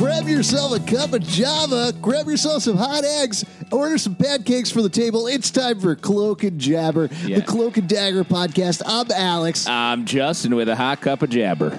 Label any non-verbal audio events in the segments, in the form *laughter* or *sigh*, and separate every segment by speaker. Speaker 1: yourself a cup of java, grab yourself some hot eggs, order some pancakes for the table. It's time for Cloak and Jabber,
Speaker 2: Yeah.
Speaker 1: the Cloak and Dagger podcast. I'm Alex.
Speaker 2: I'm Justin with a hot cup of jabber.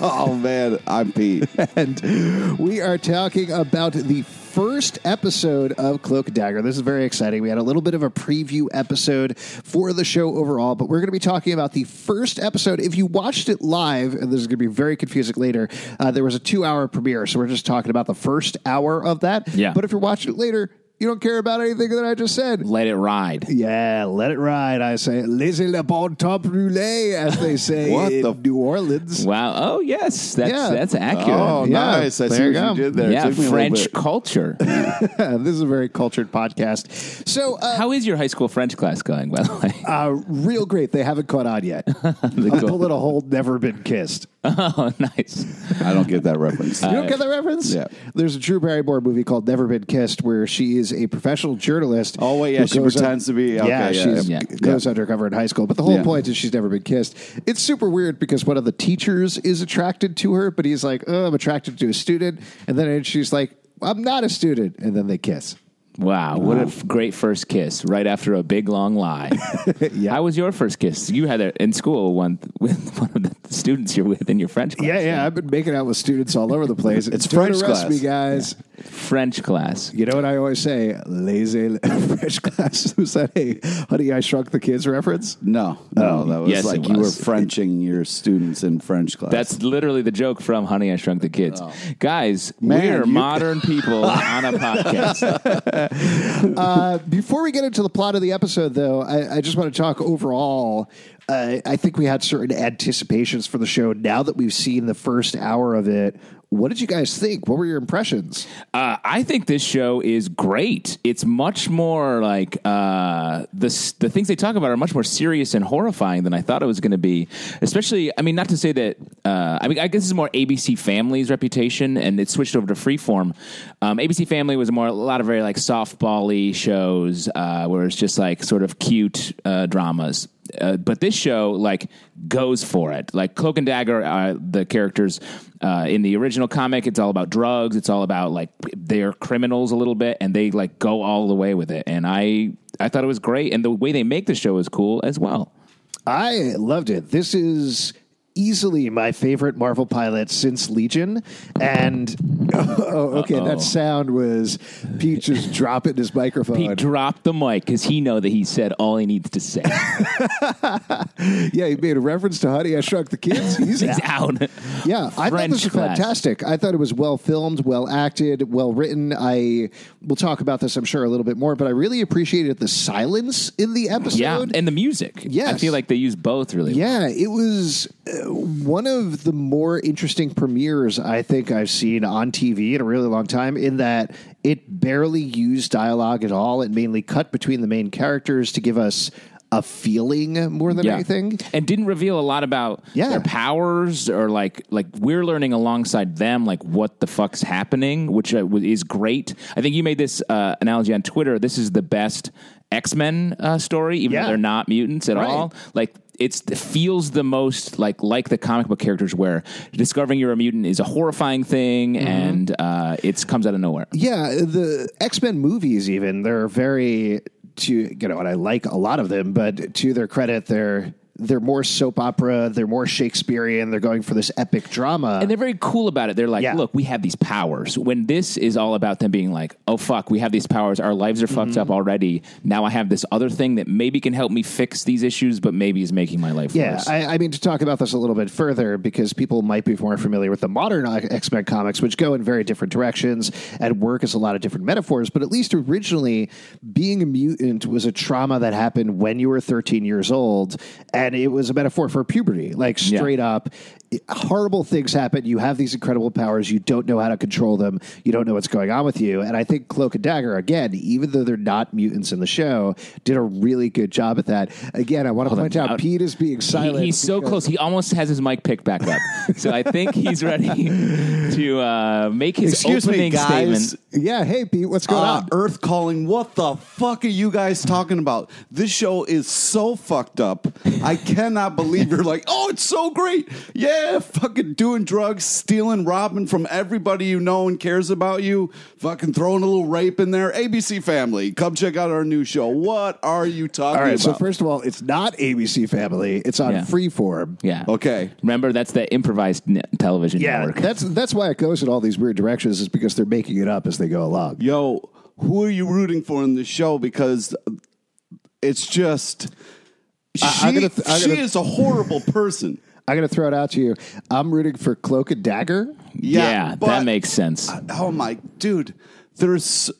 Speaker 3: Oh man, I'm Pete.
Speaker 1: and we are talking about the first episode of Cloak and Dagger. This is very exciting. We had a little bit of a preview episode for the show overall, but we're going to be talking about the first episode. If you watched it live, and this is going to be very confusing later, uh, there was a two hour premiere, so we're just talking about the first hour of that.
Speaker 2: Yeah.
Speaker 1: But if you're watching it later, you don't care about anything that I just said.
Speaker 2: Let it ride.
Speaker 1: Yeah, let it ride. I say, laissez le bon temps rouler, as
Speaker 3: *laughs*
Speaker 1: they say
Speaker 3: What
Speaker 1: in
Speaker 3: the-
Speaker 1: New Orleans.
Speaker 2: Wow. Oh yes, that's
Speaker 1: Yeah.
Speaker 2: that's accurate.
Speaker 3: oh,
Speaker 1: Yeah,
Speaker 3: nice. I see
Speaker 1: there
Speaker 3: what
Speaker 1: you go.
Speaker 3: you did there. It
Speaker 2: yeah,
Speaker 3: took me a little
Speaker 2: French
Speaker 3: bit. *laughs*
Speaker 2: culture.
Speaker 1: Uh, this is a very cultured podcast. So, uh,
Speaker 2: How is your high school French class going, by the way? *laughs*
Speaker 1: uh, real great. They haven't caught on
Speaker 3: *laughs*
Speaker 1: yet. A
Speaker 2: goal.
Speaker 1: bullet a hole never been kissed.
Speaker 2: oh, nice.
Speaker 3: I don't get that reference.
Speaker 1: You don't get that reference?
Speaker 3: yeah.
Speaker 1: There's a Drew Barrymore movie called Never Been Kissed where she is a professional journalist.
Speaker 3: Oh, wait, yeah,
Speaker 1: who
Speaker 3: she
Speaker 1: goes
Speaker 3: pretends to be- okay,
Speaker 1: yeah,
Speaker 3: yeah,
Speaker 1: she's-
Speaker 2: yeah.
Speaker 1: goes undercover in high school. But the whole
Speaker 3: Yeah.
Speaker 1: point is she's never been kissed. It's super weird because one of the teachers is attracted to her, but he's like, oh, I'm attracted to a student. And then she's like, I'm not a student. And then they kiss.
Speaker 2: Wow, what a f- great first kiss right after a big long
Speaker 3: *laughs*
Speaker 2: lie.
Speaker 1: Yeah.
Speaker 2: How was your first kiss? You had it in school one *laughs* with one of the students you're with in your French class.
Speaker 1: Yeah, yeah. I've been making out with students all over the place.
Speaker 3: It's
Speaker 1: Don't
Speaker 3: French
Speaker 1: arrest
Speaker 3: class.
Speaker 1: me, guys.
Speaker 2: French class.
Speaker 1: You know what I always say? *laughs* Lazy French class. Was that a Honey, I Shrunk the Kids reference?
Speaker 3: No, no, that was
Speaker 2: yes, it
Speaker 3: like you
Speaker 2: was.
Speaker 3: were Frenching your students in French class.
Speaker 2: That's literally the joke from Honey I Shrunk the Kids. Guys, we
Speaker 3: Oh. Man,
Speaker 2: are
Speaker 3: you- *laughs*
Speaker 2: modern people on a podcast.
Speaker 1: Uh, before we get into the plot of the episode, though, I, I just want to talk overall. Uh, I think we had certain anticipations for the show. Now that we've seen the first hour of it, what did you guys think? What were your impressions?
Speaker 2: Uh, I think this show is great. It's much more like uh, the s- the things they talk about are much more serious and horrifying than I thought it was going to be. Especially, I mean, not to say that. Uh, I mean, I guess it's more ABC Family's reputation, and it switched over to Freeform. Um, ABC Family was more a lot of very like softball-y shows uh, where it's just like sort of cute uh, dramas. Uh, but this show like goes for it. Like Cloak and Dagger, uh, the characters uh, in the original comic, it's all about drugs. It's all about like they're criminals a little bit, and they like go all the way with it. And I I thought it was great, and the way they make the show is cool as well.
Speaker 1: I loved it. This is easily my favorite Marvel pilot since Legion. And *laughs* oh, okay, that sound was Pete just dropping his microphone.
Speaker 2: He dropped the mic because he know that he said all he needs to say. *laughs*
Speaker 1: Yeah, he made a reference to Honey, I Shrunk the Kids.
Speaker 2: *laughs*
Speaker 1: He's
Speaker 2: He's
Speaker 1: out.
Speaker 2: out.
Speaker 1: Yeah, I thought
Speaker 2: French
Speaker 1: this was
Speaker 2: class.
Speaker 1: fantastic. I thought it was well filmed, well acted, well written. I will talk about this, I'm sure, a little bit more, but I really appreciated the silence in the episode.
Speaker 2: Yeah, and the music. I
Speaker 1: Yes.
Speaker 2: feel like they use both really. well.
Speaker 1: Yeah, it was uh, one of the more interesting premieres I think I've seen on TV in a really long time. In that it barely used dialogue at all; it mainly cut between the main characters to give us a feeling more than anything.
Speaker 2: and didn't reveal a lot about
Speaker 1: Yeah.
Speaker 2: their powers or like like we're learning alongside them like what the fuck's happening, which uh, w- is great. I think you made this uh, analogy on Twitter. This is the best X Men uh, story, even
Speaker 1: Yeah.
Speaker 2: though they're not mutants at
Speaker 1: Right.
Speaker 2: all. Like. It's, it feels the most like like the comic book characters where discovering you're a mutant is a horrifying thing
Speaker 1: Mm-hmm.
Speaker 2: and uh, it comes out of nowhere.
Speaker 1: Yeah, the X Men movies, even they're very to you know, and I like a lot of them, but to their credit, they're they're more soap opera, they're more Shakespearean, they're going for this epic drama.
Speaker 2: And they're very cool about it. They're like,
Speaker 1: Yeah.
Speaker 2: look, we have these powers. When this is all about them being like, oh, fuck, we have these powers. Our lives are fucked
Speaker 1: Mm-hmm.
Speaker 2: up already. Now I have this other thing that maybe can help me fix these issues, but maybe is making my life
Speaker 1: Yeah,
Speaker 2: worse.
Speaker 1: I, I mean to talk about this a little bit further because people might be more familiar with the modern X Men comics, which go in very different directions and work as a lot of different metaphors. But at least originally, being a mutant was a trauma that happened when you were 13 years old, and it was a metaphor for puberty. Like straight up, it- horrible things happen. You have these incredible powers, you don't know how to control them, you don't know what's going on with you. And I think Cloak and Dagger, again, even though they're not mutants in the show, did a really good job at that. Again, I want to point out
Speaker 2: Uh,
Speaker 1: Pete is being silent.
Speaker 2: He- he's so
Speaker 1: because-
Speaker 2: close. He almost has his mic picked back
Speaker 1: *laughs*
Speaker 2: up. so I think he's ready to uh, make his
Speaker 3: Excuse me,
Speaker 2: opening
Speaker 3: guys.
Speaker 2: statement.
Speaker 1: Yeah, hey Pete, what's going
Speaker 3: Ah,
Speaker 1: on?
Speaker 3: Earth calling. What the fuck are you guys talking about? This show is so fucked up. I cannot believe you're like, oh, it's so great. Yeah, yeah, fucking doing drugs, stealing, robbing from everybody you know and cares about you, fucking throwing a little rape in there. ABC Family, come check out our new show. What are you talking
Speaker 1: All right.
Speaker 3: about?
Speaker 1: So first of all, it's not ABC Family. It's on
Speaker 2: Yeah.
Speaker 1: Freeform.
Speaker 2: Yeah.
Speaker 3: okay.
Speaker 2: Remember, that's the improvised ne- television
Speaker 1: Yeah,
Speaker 2: network.
Speaker 1: that's that's why it goes in all these weird directions is because they're making it up as they go along.
Speaker 3: yo, who are you rooting for in this show? Because it's just she,
Speaker 1: I'm gonna th- I'm
Speaker 3: she
Speaker 1: gonna-
Speaker 3: is a horrible person.
Speaker 1: I'm going to throw it out to you. I'm rooting for Cloak and Dagger.
Speaker 2: yeah,
Speaker 3: but-
Speaker 2: that makes sense.
Speaker 3: Oh my dude, there's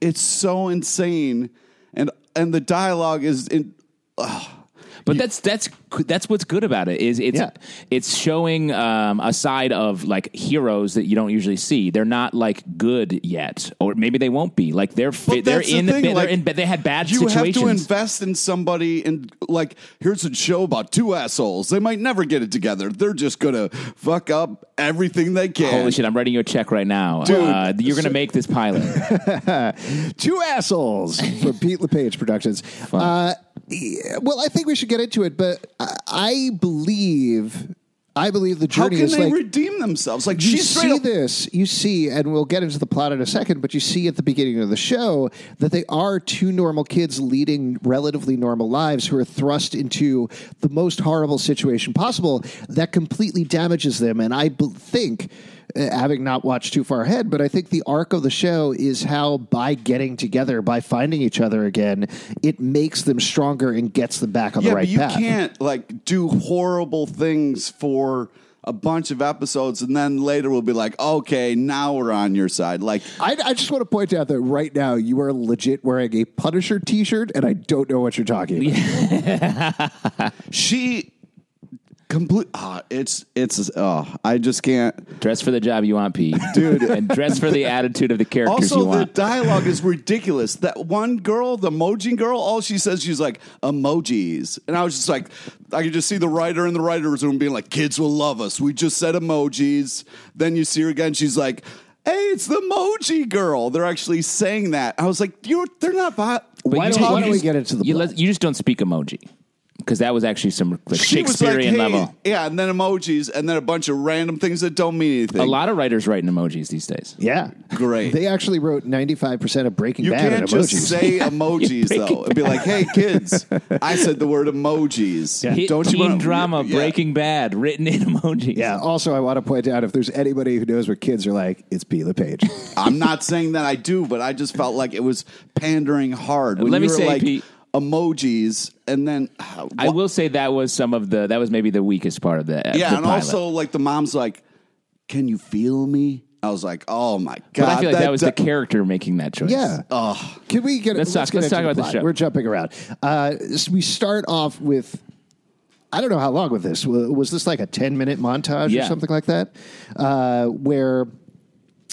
Speaker 3: it's so insane, and and the dialogue is in.
Speaker 2: But that's that's that's what's good about it is it's
Speaker 1: Yeah.
Speaker 2: it's showing um, a side of like heroes that you don't usually see. They're not like good yet, or maybe they won't be. Like they're fi-
Speaker 3: But
Speaker 2: they're
Speaker 3: that's the
Speaker 2: in
Speaker 3: thing,
Speaker 2: they're
Speaker 3: like,
Speaker 2: in they had bad
Speaker 3: You have to
Speaker 2: situations.
Speaker 3: invest in somebody, and like, here's a show about two assholes. They might never get it together. They're just gonna fuck up everything they can.
Speaker 2: Holy shit! I'm writing you a check right now. uh, you're gonna make this pilot. *laughs*
Speaker 1: Two assholes from Pete LePage Productions. Uh, yeah, well, I think we should get into it, but I, I believe I believe the
Speaker 3: How
Speaker 1: journey
Speaker 3: can
Speaker 1: is
Speaker 3: they
Speaker 1: like
Speaker 3: redeem themselves? Like
Speaker 1: you
Speaker 3: she straight
Speaker 1: see
Speaker 3: up
Speaker 1: this, you see, and we'll get into the plot in a second, but you see at the beginning of the show that they are two normal kids leading relatively normal lives who are thrust into the most horrible situation possible that completely damages them. And I b- think, uh, having not watched too far ahead, but I think the arc of the show is how by getting together, by finding each other again, it makes them stronger and gets them back on the right
Speaker 3: but you
Speaker 1: path.
Speaker 3: can't like do horrible things for a bunch of episodes and then later we'll be like, okay, now we're on your side. Like,
Speaker 1: I, I just want to point out that right now you are legit wearing a Punisher T-shirt, and I don't know what you're talking. about.
Speaker 3: she complete. ah, it's it's. Oh, I just can't.
Speaker 2: dress for the job you want, Pete, dude, and dress for the attitude of the characters
Speaker 3: Also,
Speaker 2: you
Speaker 3: the
Speaker 2: want.
Speaker 3: dialogue is ridiculous. That one girl, the emoji girl, all she says, she's like emojis, and I was just like, I could just see the writer in the writers' room being like, "Kids will love us." We just said emojis. Then you see her again. She's like, "Hey, it's the emoji girl." They're actually saying that. I was like, "You, they're not." Vi-
Speaker 1: Why
Speaker 2: But you
Speaker 1: don't-
Speaker 2: just-
Speaker 1: why don't we
Speaker 2: you just-
Speaker 1: get into the
Speaker 2: you,
Speaker 1: plot?
Speaker 2: let- you just don't speak emoji because that was actually some like,
Speaker 3: She was like,
Speaker 2: Shakespearean
Speaker 3: "Hey,"
Speaker 2: level.
Speaker 3: Yeah, and then emojis, and then a bunch of random things that don't mean anything.
Speaker 2: A lot of writers write in emojis these days.
Speaker 1: Yeah,
Speaker 3: Great.
Speaker 1: They actually wrote 95 percent of Breaking
Speaker 3: You
Speaker 1: Bad in
Speaker 3: can't
Speaker 1: emojis.
Speaker 2: *laughs*
Speaker 3: just say emojis though. It'd be like, "Hey kids, I said the word emojis.
Speaker 2: Hit
Speaker 3: Don't you
Speaker 2: teen
Speaker 3: want
Speaker 2: drama
Speaker 3: yeah.
Speaker 2: Breaking Bad written in *laughs* emojis?
Speaker 1: yeah. Also, I want to point out if there's anybody who knows what kids are like, it's P.
Speaker 2: *laughs*
Speaker 1: LePage.
Speaker 3: I'm not saying that I do, but I just felt like it was pandering hard. When
Speaker 2: Let me
Speaker 3: you were
Speaker 2: say,
Speaker 3: like
Speaker 2: Pete-
Speaker 3: emojis, and then uh,
Speaker 2: I
Speaker 3: wha-
Speaker 2: will say that was some of the that was maybe the weakest part of the uh,
Speaker 3: yeah,
Speaker 2: the
Speaker 3: and
Speaker 2: pilot.
Speaker 3: also like the mom's like, "Can you feel me?" I was like, "Oh my god!"
Speaker 2: but I feel like that, was the
Speaker 3: di-
Speaker 2: character making that choice.
Speaker 1: yeah.
Speaker 3: Ugh.
Speaker 1: Can we get?
Speaker 2: Let's talk-
Speaker 1: get
Speaker 2: let's
Speaker 1: into
Speaker 2: talk about the
Speaker 1: plot.
Speaker 2: show.
Speaker 1: We're jumping around. Uh, so we start off with. I don't know how long with this Wa- was. This like a ten minute montage or
Speaker 2: Yeah.
Speaker 1: something like that, uh, where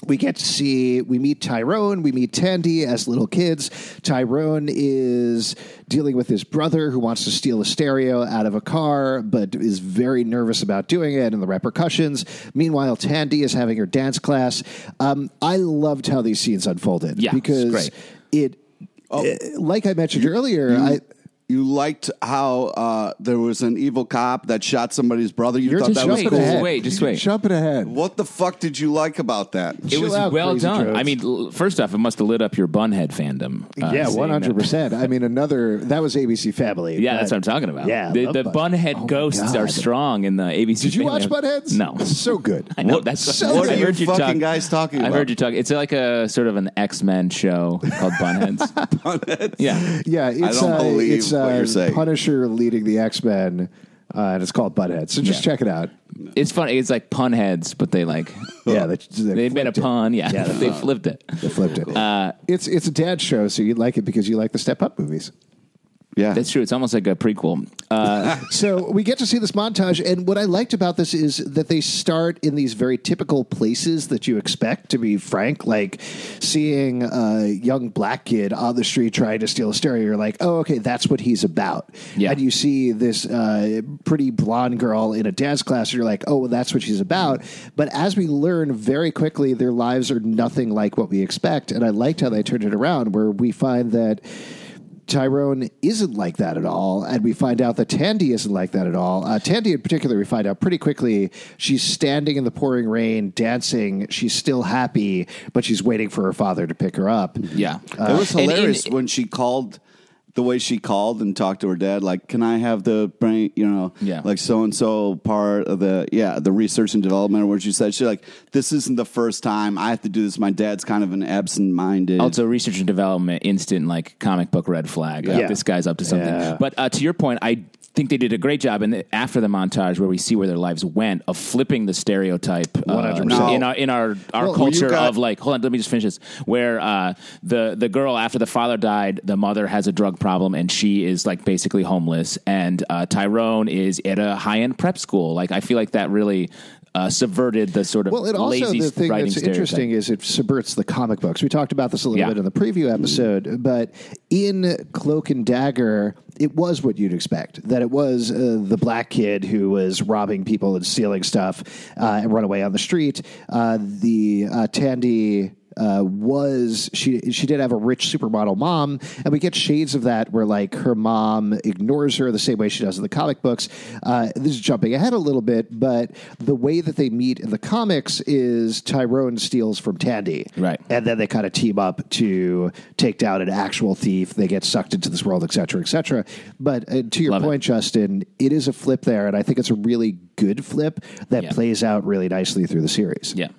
Speaker 1: we get to see we meet Tyrone, we meet Tandy as little kids. Tyrone is dealing with his brother who wants to steal a stereo out of a car, but is very nervous about doing it and the repercussions. Meanwhile, Tandy is having her dance class. Um, I loved how these scenes unfolded
Speaker 2: Yeah, it's
Speaker 1: because
Speaker 2: great.
Speaker 1: it, eh, like I mentioned earlier, I.
Speaker 3: You liked how uh, there was an evil cop that shot somebody's brother. You
Speaker 1: You're
Speaker 3: thought
Speaker 1: just
Speaker 3: that was
Speaker 1: jumping
Speaker 2: wait,
Speaker 3: cool.
Speaker 2: just
Speaker 1: ahead.
Speaker 2: wait, just wait.
Speaker 1: Jumping ahead.
Speaker 3: What the fuck did you like about that?
Speaker 2: It
Speaker 1: Chill
Speaker 2: was
Speaker 1: out,
Speaker 2: well
Speaker 1: Crazy
Speaker 2: done.
Speaker 1: Jones.
Speaker 2: I mean, l- first off, it must have lit up your bunhead fandom. uh,
Speaker 1: yeah,
Speaker 2: seeing
Speaker 1: one
Speaker 2: that.
Speaker 1: hundred percent. I mean, another that was ABC Family.
Speaker 2: Yeah,
Speaker 1: but-
Speaker 2: that's what I'm talking about.
Speaker 1: Yeah, I
Speaker 2: the,
Speaker 1: love
Speaker 2: the
Speaker 1: Bun-
Speaker 2: bunhead
Speaker 1: Oh my
Speaker 2: ghosts are
Speaker 1: God.
Speaker 2: strong in the ABC.
Speaker 1: Did you watch
Speaker 2: family.
Speaker 1: Buttheads?
Speaker 2: No,
Speaker 1: so good.
Speaker 2: I know that's
Speaker 1: so
Speaker 2: I
Speaker 1: good.
Speaker 3: are you
Speaker 2: heard
Speaker 3: fucking
Speaker 2: talk-
Speaker 3: guys talking
Speaker 2: I've
Speaker 3: about?
Speaker 2: heard you talk. It's like a sort of an X Men show called Bunheads. Yeah,
Speaker 1: Yeah, it's
Speaker 3: don't
Speaker 1: uh,
Speaker 3: believe
Speaker 1: it's
Speaker 3: what
Speaker 1: uh,
Speaker 3: you're saying.
Speaker 1: Punisher leading the X Men, uh, and it's called Butthead. So just
Speaker 2: Yeah.
Speaker 1: check it out.
Speaker 2: it's funny. It's like pun heads, but they like
Speaker 1: Yeah, they, they,
Speaker 2: they made a
Speaker 1: flipped it.
Speaker 2: pun. Yeah,
Speaker 1: Yeah,
Speaker 2: *laughs* they flipped it.
Speaker 1: They flipped it. it's it's a dad show, so you'd like it because you like the Step Up movies.
Speaker 3: Yeah.
Speaker 2: That's true. It's almost like a prequel. Uh,
Speaker 1: So we get to see this montage, and what I liked about this is that they start in these very typical places that you expect. To be frank, like seeing a young black kid on the street trying to steal a stereo, you're like, "Oh, okay, that's what he's about."
Speaker 2: Yeah.
Speaker 1: And you see this uh, pretty blonde girl in a dance class, and you're like, "Oh, well, that's what she's about." But as we learn very quickly, their lives are nothing like what we expect, and I liked how they turned it around, where we find that Tyrone isn't like that at all, and we find out that Tandy isn't like that at all. Uh, Tandy, in particular, we find out pretty quickly she's standing in the pouring rain, dancing. She's still happy, but she's waiting for her father to pick her up.
Speaker 2: Yeah.
Speaker 3: it was
Speaker 2: Uh, and in-
Speaker 3: hilarious when she called the way she called and talked to her dad like can i have the brain you know
Speaker 2: Yeah.
Speaker 3: like so and so part of the yeah the research and development where she said she's like this isn't the first time i have to do this my dad's kind of an absent-minded
Speaker 2: also research and development instant like comic book red flag like,
Speaker 1: Yeah.
Speaker 2: this guy's up to something
Speaker 1: Yeah.
Speaker 2: but uh, to your point i think they did a great job in the, after the montage where we see where their lives went of flipping the stereotype uh,
Speaker 1: 100%.
Speaker 2: in our in our, our
Speaker 1: Well,
Speaker 2: culture
Speaker 3: you got-
Speaker 2: of like hold on let me just finish this where uh, the the girl after the father died the mother has a drug problem and she is like basically homeless and uh, Tyrone is at a high end prep school like I feel like that really uh, subverted the sort of
Speaker 1: Well, and also
Speaker 2: lazy
Speaker 1: the thing
Speaker 2: writing
Speaker 1: that's
Speaker 2: stereotype.
Speaker 1: interesting is it subverts the comic books. We talked about this a little
Speaker 2: Yeah.
Speaker 1: bit in the preview episode, but in Cloak and Dagger, it was what you'd expect that it was uh, the black kid who was robbing people and stealing stuff uh, and run away on the street. Uh, the uh, Tandy. Uh, was she she did have a rich supermodel mom and we get shades of that where like her mom ignores her the same way she does in the comic books uh, this is jumping ahead a little bit but the way that they meet in the comics is tyrone steals from tandy
Speaker 2: Right.
Speaker 1: and then they kind of team up to take down an actual thief they get sucked into this world et cetera et cetera but uh, to your
Speaker 2: Love it.
Speaker 1: point justin it is a flip there and i think it's a really good flip that
Speaker 2: Yeah.
Speaker 1: plays out really nicely through the series
Speaker 2: yeah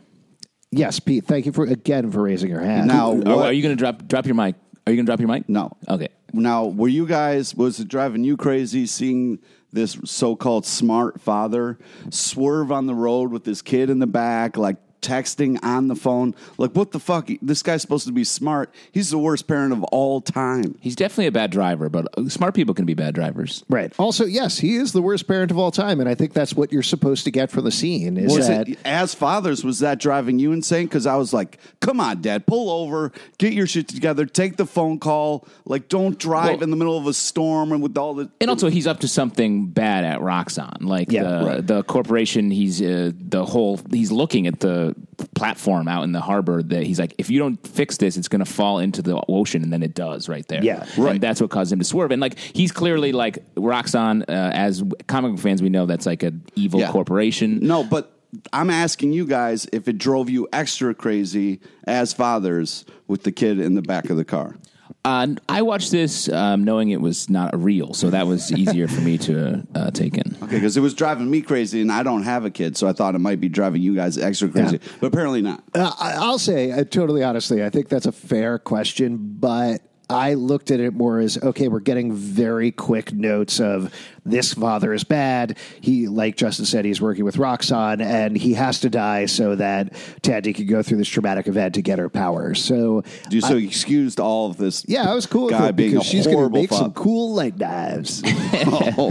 Speaker 1: yes pete thank you for again for raising your hand
Speaker 3: now
Speaker 2: Are,
Speaker 3: what-
Speaker 2: are you going to drop drop your mic? Are you going to drop your mic?
Speaker 3: no
Speaker 2: Okay.
Speaker 3: now were you guys was it driving you crazy seeing this so-called smart father swerve on the road with his kid in the back like texting on the phone like what the fuck this guy's supposed to be smart he's the worst parent of all time
Speaker 2: He's definitely a bad driver, but uh, smart people can be bad drivers.
Speaker 1: Right. Also, yes, he is the worst parent of all time, and I think that's what you're supposed to get from the scene. Is
Speaker 3: Was
Speaker 1: that
Speaker 3: it, as fathers, was that driving you insane? Because I was like, come on, dad, pull over, get your shit together, take the phone call. Like, don't drive
Speaker 2: Well-
Speaker 3: in the middle of a storm and with all the.
Speaker 2: And also, he's up to something bad at Roxxon, like
Speaker 1: Yeah,
Speaker 2: the
Speaker 1: right.
Speaker 2: the corporation. He's uh, the whole. He's looking at the platform out in the harbor. That he's like, if you don't fix this, it's going to fall into the ocean, and then it does right there.
Speaker 1: Yeah,
Speaker 2: right. And that's what caused him to swerve. And like, he's clearly like Roxxon. Uh, as comic book fans, we know that's like an evil
Speaker 3: Yeah.
Speaker 2: corporation.
Speaker 3: No, but I'm asking you guys if it drove you extra crazy as fathers with the kid in the back of the car.
Speaker 2: Uh, I watched this um, knowing it was not a real, so that was easier for me to uh, take in.
Speaker 3: Okay, because it was driving me crazy, and I don't have a kid, so I thought it might be driving you guys extra crazy,
Speaker 1: Yeah.
Speaker 3: but apparently not.
Speaker 1: Uh, I- I'll say, uh, totally honestly, I think that's a fair question, but I looked at it more as okay, we're getting very quick notes of this father is bad. He, like Justin said, he's working with Roxxon and he has to die so that Tandy can go through this traumatic event to get her power. So,
Speaker 3: You so you excused all of this.
Speaker 1: yeah, I was cool with
Speaker 3: Guy
Speaker 1: it
Speaker 3: being
Speaker 1: because
Speaker 3: a
Speaker 1: she's going to
Speaker 3: horrible
Speaker 1: make some
Speaker 3: father.
Speaker 1: cool light knives.
Speaker 3: *laughs* oh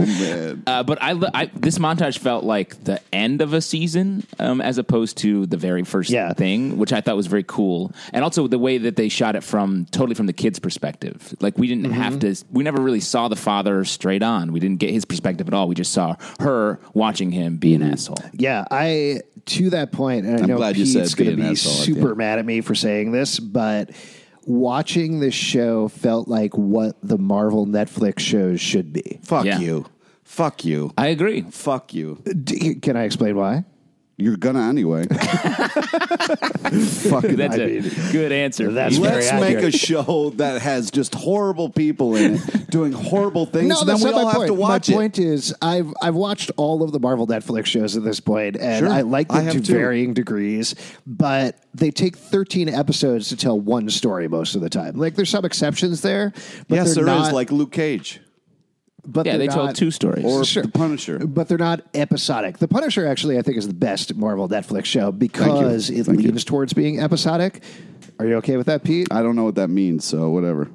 Speaker 1: *laughs*
Speaker 3: man.
Speaker 2: Uh, but I, lo- I- this montage felt like the end of a season, um, as opposed to the very first
Speaker 1: Yeah.
Speaker 2: thing, which I thought was very cool, and also the way that they shot it from totally from the kid's perspective. Like we didn't have
Speaker 1: Mm-hmm.
Speaker 2: to, we never really saw the father straight on. We didn't get his perspective at all. We just saw her watching him be an
Speaker 1: Mm-hmm.
Speaker 2: asshole.
Speaker 1: Yeah, I to that point, and I know
Speaker 3: glad you
Speaker 1: Pete's
Speaker 3: said
Speaker 1: going to
Speaker 3: being
Speaker 1: be
Speaker 3: an asshole at the
Speaker 1: super
Speaker 3: end.
Speaker 1: mad at me for saying this, but watching this show felt like what the Marvel Netflix shows should be.
Speaker 3: Fuck
Speaker 2: Yeah.
Speaker 3: you. Fuck you.
Speaker 2: I agree.
Speaker 3: Fuck you.
Speaker 1: D- Can I explain
Speaker 3: *laughs*
Speaker 1: why?
Speaker 3: You're
Speaker 1: *laughs*
Speaker 3: gonna anyway.
Speaker 1: Fucking
Speaker 2: That's
Speaker 1: I
Speaker 2: a
Speaker 1: mean,
Speaker 2: good answer.
Speaker 1: That's
Speaker 2: Pete.
Speaker 1: very
Speaker 3: Let's
Speaker 1: accurate.
Speaker 3: make a show that has just horrible people in it doing horrible things,
Speaker 1: No,
Speaker 3: and then
Speaker 1: that's
Speaker 3: we
Speaker 1: not
Speaker 3: all
Speaker 1: my
Speaker 3: have
Speaker 1: point.
Speaker 3: to watch
Speaker 1: my
Speaker 3: it.
Speaker 1: point is, I've I've watched all of the Marvel Netflix shows at this point, and
Speaker 3: Sure.
Speaker 1: I like
Speaker 3: I
Speaker 1: them
Speaker 3: have
Speaker 1: to
Speaker 3: too.
Speaker 1: varying degrees. But they take thirteen episodes to tell one story most of the time. Like there's some exceptions there, but
Speaker 3: yes,
Speaker 1: they're
Speaker 3: there is,
Speaker 1: not,
Speaker 3: like Luke Cage
Speaker 1: but
Speaker 2: yeah,
Speaker 1: they're
Speaker 2: they told
Speaker 1: not-
Speaker 2: two stories.
Speaker 3: or
Speaker 1: Sure.
Speaker 3: The Punisher.
Speaker 1: but they're not episodic. The Punisher actually, I think, is the best Marvel Netflix show because it
Speaker 3: Thank you. Uh,
Speaker 1: leans towards being episodic. Are you okay with that, Pete?
Speaker 3: I don't know what that means, so whatever.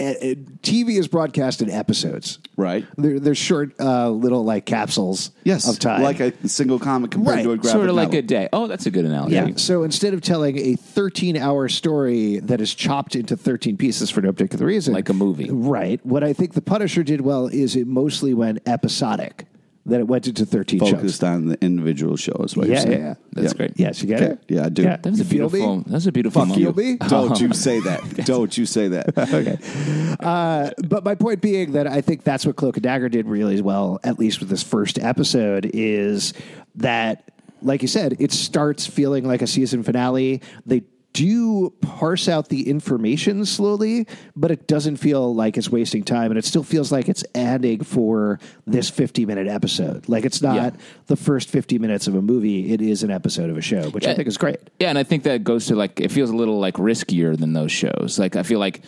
Speaker 1: Uh, uh, TV is broadcast in episodes.
Speaker 3: Right?
Speaker 1: They're, they're short, uh, little like capsules
Speaker 3: Yes,
Speaker 1: of time.
Speaker 3: like a single comic compared
Speaker 1: Right.
Speaker 3: to a graphic
Speaker 2: sort of like
Speaker 3: novel.
Speaker 2: a day. Oh, that's a good analogy.
Speaker 1: yeah. So instead of telling a 13 hour story that is chopped into 13 pieces for no particular reason,
Speaker 2: Like a movie.
Speaker 1: Right. What I think The Punisher did well is it mostly went episodic. Then it went into 13 shows.
Speaker 3: Focused on the individual shows. What
Speaker 1: Yeah,
Speaker 3: you're saying.
Speaker 1: yeah, yeah.
Speaker 2: That's
Speaker 3: Yep.
Speaker 2: great.
Speaker 1: Yes, you get
Speaker 3: Okay.
Speaker 1: it?
Speaker 3: Yeah, I do.
Speaker 2: That was a
Speaker 1: feel me?
Speaker 2: beautiful. That was a beautiful.
Speaker 1: Fuck
Speaker 2: moment.
Speaker 1: you, me?
Speaker 2: *laughs*
Speaker 3: *laughs* Don't
Speaker 1: *laughs*
Speaker 3: you say that. Don't you say that.
Speaker 1: okay. Uh, but my point being that I think that's what Cloak and Dagger did really well, at least with this first episode, is that, like you said, it starts feeling like a season finale. They do parse out the information slowly, but it doesn't feel like it's wasting time. And it still feels like it's adding for this 50 minute episode. Like it's not the first 50 minutes of a movie, it is an episode of a show, which I
Speaker 2: Yeah.
Speaker 1: think is great.
Speaker 2: Yeah, and I think that goes to like it feels a little like riskier than those shows. Like I feel like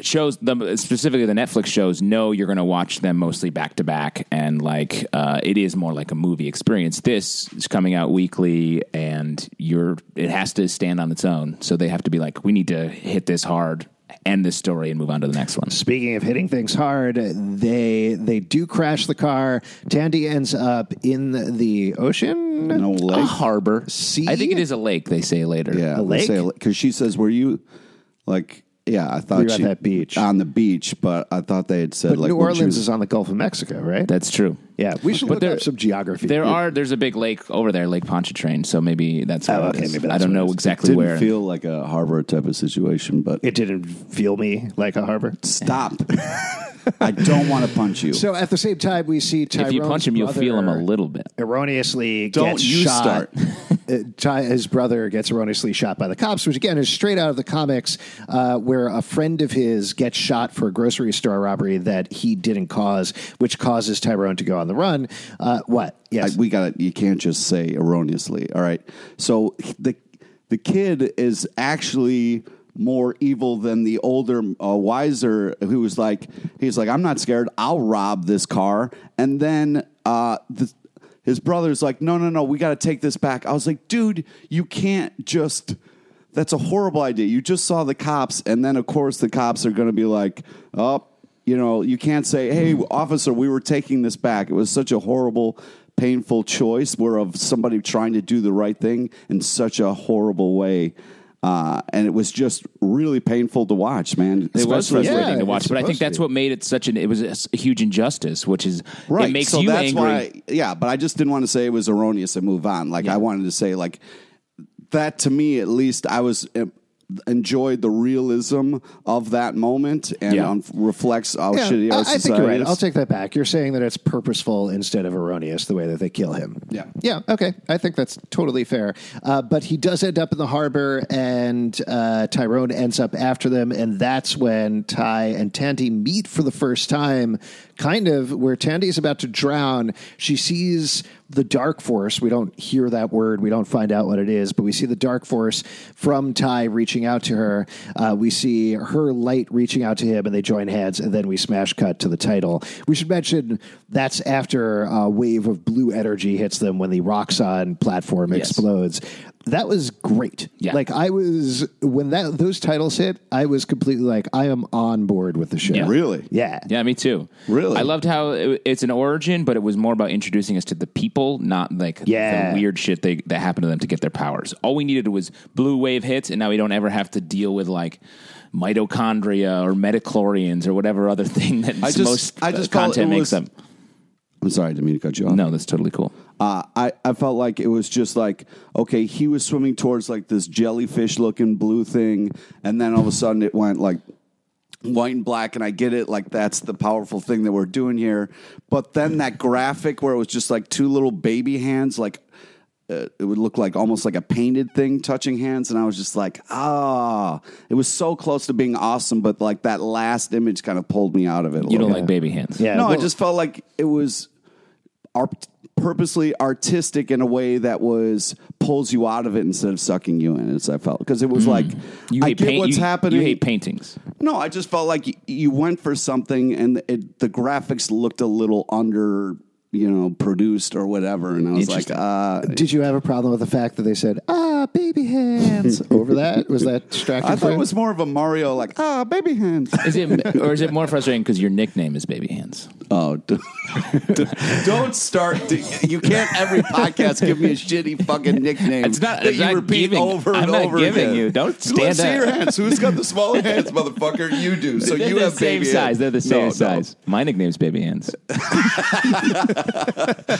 Speaker 2: shows the specifically the Netflix shows know you're going to watch them mostly back to back, and like uh, it is more like a movie experience. This is coming out weekly, and you're it has to stand on its own. So they have to be like, we need to hit this hard, end this story, and move on to the next one.
Speaker 1: Speaking of hitting things hard, they they do crash the car. Tandy ends up in the, the ocean.
Speaker 3: No
Speaker 2: A
Speaker 3: like.
Speaker 2: harbor.
Speaker 1: sea?
Speaker 2: I think it is a lake. They say later.
Speaker 3: Yeah,
Speaker 1: A lake?
Speaker 3: Because she says, "Were you like?" Yeah, I thought
Speaker 1: You're at
Speaker 3: she
Speaker 1: that beach.
Speaker 3: on the beach, but I thought they had said
Speaker 1: But
Speaker 3: like
Speaker 1: New
Speaker 3: when she
Speaker 1: Orleans
Speaker 3: was-
Speaker 1: is on the Gulf of Mexico, right?
Speaker 2: that's true.
Speaker 1: yeah, we should
Speaker 2: But
Speaker 1: look
Speaker 2: there-
Speaker 1: up some geography.
Speaker 2: There are there's a big lake over there, Lake Pontchartrain. So maybe that's where
Speaker 1: Oh,
Speaker 2: it
Speaker 1: okay,
Speaker 2: is.
Speaker 1: maybe
Speaker 2: I
Speaker 1: that's
Speaker 2: don't
Speaker 1: where it
Speaker 2: know
Speaker 1: is.
Speaker 2: exactly
Speaker 3: didn't
Speaker 2: where.
Speaker 3: feel like a harbor type of situation, but
Speaker 1: It didn't feel me like a harbor.
Speaker 3: stop. *laughs* I don't want to punch you.
Speaker 1: So at the same time, we see Tyrone's
Speaker 2: if you punch him, you'll
Speaker 1: brother
Speaker 2: feel him a little bit.
Speaker 1: Erroneously
Speaker 3: Don't
Speaker 1: gets
Speaker 3: you
Speaker 1: shot. *laughs*
Speaker 3: start.
Speaker 1: Uh, Ty, his brother gets erroneously shot by the cops, which again is straight out of the comics, uh, where a friend of his gets shot for a grocery store robbery that he didn't cause, which causes Tyrone to go on the run. Uh, what?
Speaker 3: I,
Speaker 1: Yes.
Speaker 3: we got to You can't just say erroneously. All right. So the the kid is actually more evil than the older, uh, wiser, who was like, he's like, I'm not scared. I'll rob this car, and then uh, the, his brother's like, No, no, no. We got to take this back. I was like, Dude, you can't just. That's a horrible idea. You just saw the cops, and then of course the cops are going to be like, Oh, you know, you can't say, "Hey, officer, we were taking this back." It was such a horrible, painful choice. Where of somebody trying to do the right thing in such a horrible way, uh, and it was just really painful to watch, man.
Speaker 2: It was
Speaker 3: Especially-
Speaker 2: frustrating
Speaker 1: Yeah,
Speaker 2: to watch,
Speaker 1: it's
Speaker 2: but I
Speaker 1: supposed
Speaker 2: think
Speaker 1: to
Speaker 2: that's
Speaker 1: be.
Speaker 2: what made it such an it was a s- huge injustice, which is
Speaker 3: Right.
Speaker 2: it makes
Speaker 3: so
Speaker 2: you
Speaker 3: that's
Speaker 2: angry.
Speaker 3: Why, yeah, but I just didn't want to say it was erroneous and move on. Like I wanted to say like that to me at least I was em- enjoyed the realism of that moment and
Speaker 2: Yeah.
Speaker 3: um, reflects how
Speaker 1: Yeah,
Speaker 3: shitty our
Speaker 1: I, I think you're right.
Speaker 3: society is.
Speaker 1: I'll take that back. You're saying that it's purposeful instead of erroneous the way that they kill him.
Speaker 3: Yeah.
Speaker 1: Yeah. Okay. I think that's totally fair. Uh, but he does end up in the harbor, and uh, Tyrone ends up after them, and that's when Ty and Tandy meet for the first time. Kind of where Tandy is about to drown, she sees the dark force. We don't hear that word. We don't find out what it is, but we see the dark force from Ty reaching out to her. Uh, we see her light reaching out to him, and they join hands. And then we smash cut to the title. We should mention that's after a wave of blue energy hits them when the Roxxon platform
Speaker 2: Yes.
Speaker 1: explodes. That was great.
Speaker 2: Yeah.
Speaker 1: Like I was when that those titles hit, I was completely like, I am on board with the show.
Speaker 2: Yeah.
Speaker 3: Really?
Speaker 1: Yeah.
Speaker 2: Yeah, me too.
Speaker 3: Really?
Speaker 2: I loved how it, it's an origin, but it was more about introducing us to the people, not like
Speaker 1: Yeah.
Speaker 2: the weird shit they, that happened to them to get their powers. All we needed was blue wave hits, and now we don't ever have to deal with like mitochondria or metachlorians or whatever other *laughs* thing that
Speaker 3: I just-
Speaker 2: most
Speaker 3: I
Speaker 2: uh,
Speaker 3: just felt
Speaker 2: content
Speaker 3: it
Speaker 2: makes
Speaker 3: was-
Speaker 2: them.
Speaker 3: I'm sorry, I didn't mean to cut you off.
Speaker 2: No, that's totally cool.
Speaker 3: uh, I, I felt like it was just like okay he was swimming towards like this jellyfish looking blue thing and then all of a sudden it went like white and black and i get it like that's the powerful thing that we're doing here but then that graphic where it was just like two little baby hands like uh, it would look like almost like a painted thing touching hands and i was just like ah it was so close to being awesome but like that last image kind of pulled me out of it a
Speaker 2: You
Speaker 3: little
Speaker 2: don't
Speaker 3: bit.
Speaker 2: like baby hands.
Speaker 1: Yeah.
Speaker 3: No, I
Speaker 1: well-
Speaker 3: just felt like it was art- purposely artistic in a way that was pulls you out of it instead of sucking you in. As I felt because it was like
Speaker 2: Hmm. You
Speaker 3: I
Speaker 2: hate
Speaker 3: get
Speaker 2: paint-
Speaker 3: what's
Speaker 2: you-
Speaker 3: happening.
Speaker 2: You hate paintings.
Speaker 3: no, I just felt like y- you went for something and it, the graphics looked a little under. You know, produced or whatever, and I was like,
Speaker 2: Interesting.
Speaker 3: uh,
Speaker 1: Did you have a problem with the fact that they said "ah, baby hands" over that? Was that distracting?
Speaker 3: I
Speaker 1: for
Speaker 3: thought
Speaker 1: you?
Speaker 3: it was more of a Mario, like, ah, baby hands.
Speaker 2: Is it or is it more frustrating because your nickname is Baby Hands?
Speaker 3: Oh, d- d- *laughs* don't start. d- you can't every podcast give me a shitty fucking nickname.
Speaker 2: It's not-
Speaker 3: that
Speaker 2: it's
Speaker 3: you
Speaker 2: not
Speaker 3: repeat
Speaker 2: giving-
Speaker 3: over and
Speaker 2: I'm not
Speaker 3: over
Speaker 2: giving
Speaker 3: again.
Speaker 2: you. Don't
Speaker 3: Let's
Speaker 2: stand
Speaker 3: see
Speaker 2: up.
Speaker 3: your hands. Who's got
Speaker 2: *laughs*
Speaker 3: the smaller hands, motherfucker? You do. So
Speaker 2: They're
Speaker 3: you
Speaker 2: the
Speaker 3: have
Speaker 2: same
Speaker 3: baby
Speaker 2: size.
Speaker 3: hands.
Speaker 2: They're the same
Speaker 3: No, no. *laughs*
Speaker 2: size. My nickname's Baby Hands.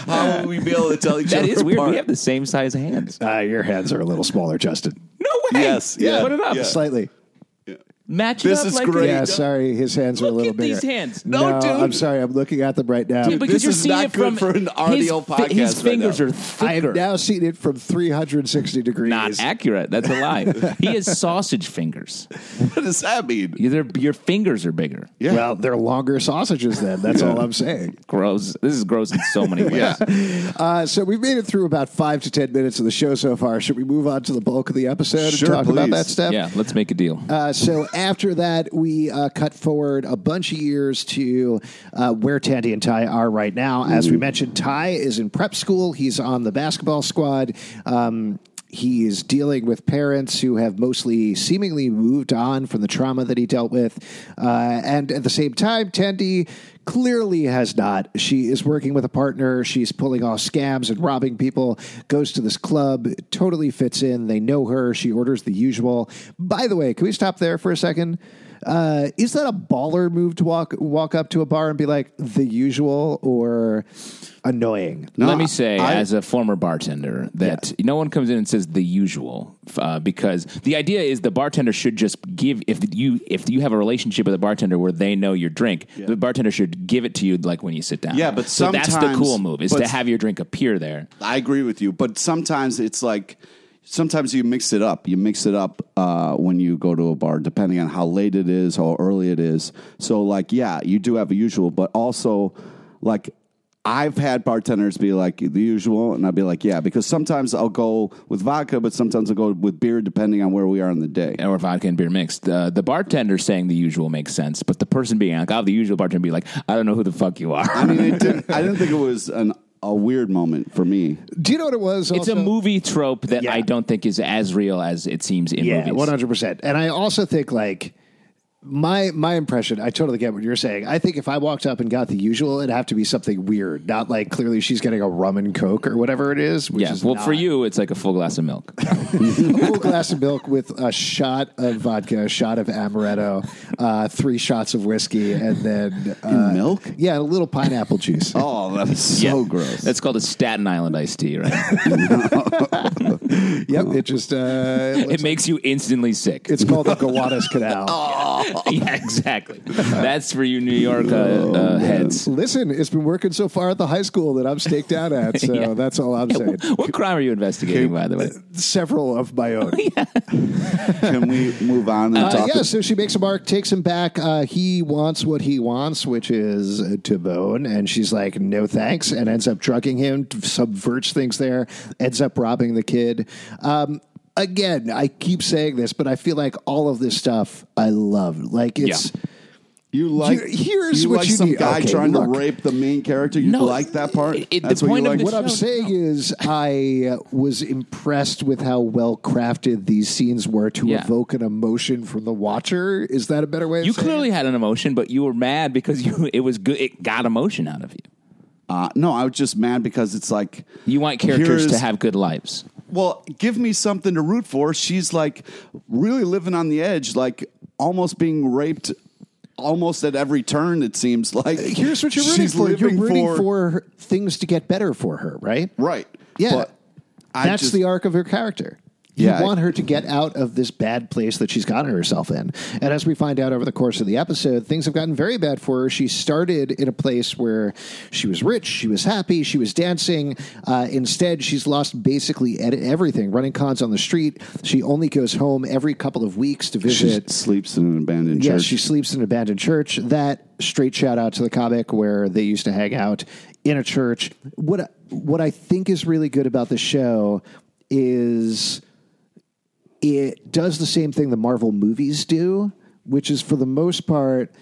Speaker 3: How will we be able
Speaker 2: *laughs*
Speaker 3: to tell each
Speaker 2: That
Speaker 3: other
Speaker 2: is weird.
Speaker 3: apart?
Speaker 2: We have the same size hands.
Speaker 1: Uh, your hands are a little smaller, Justin.
Speaker 2: No way.
Speaker 3: Yes, yeah,
Speaker 2: Put it up.
Speaker 3: yeah.
Speaker 1: Slightly.
Speaker 2: Match it
Speaker 3: This
Speaker 2: up
Speaker 3: is
Speaker 2: like
Speaker 3: great.
Speaker 1: Yeah,
Speaker 3: don't-
Speaker 1: sorry. His hands are a
Speaker 2: Look
Speaker 1: little
Speaker 2: at
Speaker 1: bigger.
Speaker 2: these hands.
Speaker 3: No, dude.
Speaker 1: I'm sorry. I'm looking at them right now.
Speaker 2: Yeah, because
Speaker 3: this
Speaker 2: you're
Speaker 3: is
Speaker 2: seeing
Speaker 3: not
Speaker 2: it
Speaker 3: good
Speaker 2: from
Speaker 3: for an
Speaker 2: his,
Speaker 3: RDL
Speaker 2: fi-
Speaker 3: podcast
Speaker 2: His
Speaker 3: right
Speaker 2: fingers
Speaker 3: now.
Speaker 2: are
Speaker 1: I
Speaker 2: thicker.
Speaker 1: have now seen it from 360 degrees.
Speaker 2: Not accurate. That's a lie. he has
Speaker 3: *laughs*
Speaker 2: sausage fingers.
Speaker 3: What does that mean?
Speaker 2: Your, your fingers are bigger.
Speaker 3: Yeah.
Speaker 1: Well, they're longer sausages then. That's all I'm saying.
Speaker 2: Gross. This is gross in so many ways.
Speaker 3: *laughs* Yeah.
Speaker 1: Uh, so we've made it through about five to ten minutes of the show so far. Should we move on to the bulk of the episode
Speaker 3: Sure,
Speaker 1: and talk about
Speaker 3: please.
Speaker 1: that stuff?
Speaker 2: Yeah, let's make a deal.
Speaker 1: Uh, so after that, we uh, cut forward a bunch of years to uh, where Tandy and Ty are right now. As we mentioned, Ty is in prep school. He's on the basketball squad. Um, he is dealing with parents who have mostly seemingly moved on from the trauma that he dealt with. Uh, and at the same time, Tandy clearly has not. She is working with a partner. She's pulling off scams and robbing people, goes to this club, totally fits in. They know her. She orders the usual. By the way, can we stop there for a second? Uh, is that a baller move to walk walk up to a bar and be like the usual or annoying?
Speaker 2: Let me say, as a former bartender, that no one comes in and says the usual, uh, because the idea is the bartender should just give if you if you have a relationship with a bartender where they know your drink, the bartender should give it to you like when you sit down.
Speaker 3: Yeah, but
Speaker 2: so that's the
Speaker 3: sometimes-
Speaker 2: cool move is
Speaker 3: but-
Speaker 2: to have your drink appear there.
Speaker 3: I agree with you, but sometimes it's like sometimes you mix it up. You mix it up uh, when you go to a bar, depending on how late it is, how early it is. So, like, yeah, you do have a usual, but also like. I've had bartenders be like the usual, and I'd be like, yeah, because sometimes I'll go with vodka, but sometimes I'll go with beer, depending on where we are in the day.
Speaker 2: or vodka and beer mixed. Uh, the bartender saying the usual makes sense, but the person being like, "Oh, the usual bartender," be like, "I don't know who the fuck you
Speaker 1: *laughs*
Speaker 2: are."
Speaker 3: I mean, it didn't, I didn't think it was an, a weird moment for me.
Speaker 1: Ah, Do you know what it was?
Speaker 2: it's a
Speaker 1: also?
Speaker 2: movie trope that
Speaker 1: Yeah.
Speaker 2: I don't think is as real as it seems in
Speaker 1: Yeah,
Speaker 2: movies.
Speaker 1: one hundred percent. And I also think like my my impression. I totally get what you're saying. I think if I walked up and got the usual, it'd have to be something weird, not like clearly she's getting a rum and coke or whatever it is. Which
Speaker 2: yeah,
Speaker 1: is
Speaker 2: well,
Speaker 1: not.
Speaker 2: for you, it's like a full glass of milk.
Speaker 1: a full glass of milk with a shot of vodka, a shot of amaretto, uh, three shots of whiskey, and then uh,
Speaker 3: milk?
Speaker 1: Yeah, and a little pineapple juice.
Speaker 3: Oh, that's so gross.
Speaker 2: That's called a Staten Island iced
Speaker 1: *laughs*
Speaker 2: tea, right?
Speaker 1: Yep, it just uh, it
Speaker 2: it
Speaker 1: looks-
Speaker 2: makes you instantly sick.
Speaker 1: it's called the Gowanus
Speaker 3: *laughs*
Speaker 1: Canal.
Speaker 2: *laughs*
Speaker 3: Oh.
Speaker 1: *laughs*
Speaker 2: yeah, exactly. That's for you New York uh,
Speaker 1: Oh,
Speaker 2: uh, heads.
Speaker 1: Listen, it's been working so far at the high school that I'm staked out at, so
Speaker 2: *laughs* Yeah.
Speaker 1: that's all I'm saying.
Speaker 2: What crime are you investigating, by the way?
Speaker 1: Several of my own.
Speaker 3: Can we move on and
Speaker 1: Uh,
Speaker 3: talk?
Speaker 1: yeah, so she makes a mark, takes him back. Uh, he wants what he wants, which is uh, to bone, and she's like, "No thanks," and ends up drugging him, subverts things there, ends up robbing the kid. Um, again, I keep saying this, but I feel like all of this stuff I love. Like it's
Speaker 3: You like
Speaker 1: Here- here's
Speaker 3: you
Speaker 1: what
Speaker 3: like
Speaker 1: you
Speaker 3: some
Speaker 1: need-
Speaker 3: guy
Speaker 1: okay,
Speaker 3: trying
Speaker 1: look.
Speaker 3: to rape the main character. You
Speaker 2: No,
Speaker 3: like that part?
Speaker 2: it- it- the
Speaker 3: That's what
Speaker 2: point
Speaker 3: you
Speaker 2: of
Speaker 3: like?
Speaker 2: the
Speaker 1: what I'm
Speaker 2: show-
Speaker 1: saying is I uh, was impressed with how well crafted these scenes were to
Speaker 2: Yeah.
Speaker 1: evoke an emotion from the watcher. Is that a better way? Of
Speaker 2: You
Speaker 1: saying it?
Speaker 2: clearly had an emotion, but you were mad because you it was good. It got emotion out of you.
Speaker 3: uh, no, I was just mad because it's like
Speaker 2: You want characters
Speaker 3: here's-
Speaker 2: to have good lives.
Speaker 3: Well, give me something to root for. She's like really living on the edge, like almost being raped. Almost at every turn, it seems *laughs* like.
Speaker 1: Here's what you're rooting
Speaker 3: She's
Speaker 1: for. You're
Speaker 3: living
Speaker 1: rooting for, her- things to get better for her, right?
Speaker 3: right.
Speaker 1: Yeah.
Speaker 3: But I
Speaker 1: That's
Speaker 3: just-
Speaker 1: the arc of her character.
Speaker 3: Yeah,
Speaker 1: you
Speaker 3: I-
Speaker 1: want her to get out of this bad place that she's gotten herself in. And as we find out over the course of the episode, things have gotten very bad for her. She started in a place where she was rich, she was happy, she was dancing. Uh, instead, she's lost basically ed- everything, running cons on the street. She only goes home every couple of weeks to
Speaker 3: she
Speaker 1: visit.
Speaker 3: sleeps in an abandoned
Speaker 1: Yeah,
Speaker 3: church.
Speaker 1: she sleeps in an abandoned church. That straight shout out to the comic where they used to hang out in a church. What what I think is really good about the show is it does the same thing the Marvel movies do, which is for the most part